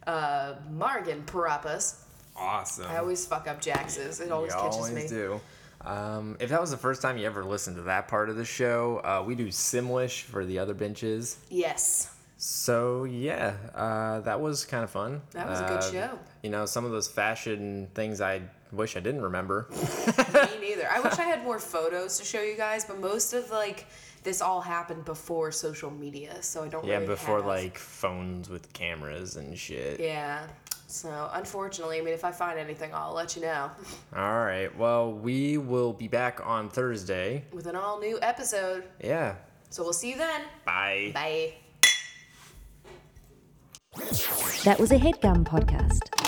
D: uh, Margan Parapas.
B: Awesome.
D: I always fuck up Jax's. It always
B: you
D: catches
B: always
D: me.
B: do. Um, if that was the first time you ever listened to that part of the show, uh, we do Simlish for the other benches.
D: Yes.
B: So yeah, uh, that was kind of fun.
D: That was a good
B: Uh,
D: show.
B: You know, some of those fashion things I wish I didn't remember.
D: me neither. I wish I had more photos to show you guys, but most of like this all happened before social media, so I don't.
B: yeah,
D: really
B: before
D: have-
B: like phones with cameras and shit.
D: Yeah. So unfortunately, I mean, if I find anything, I'll let you know
B: All right. Well, we will be back on Thursday.
D: with an all new episode.
B: Yeah.
D: So we'll see you then.
B: Bye.
D: Bye.
A: That was a headgum podcast.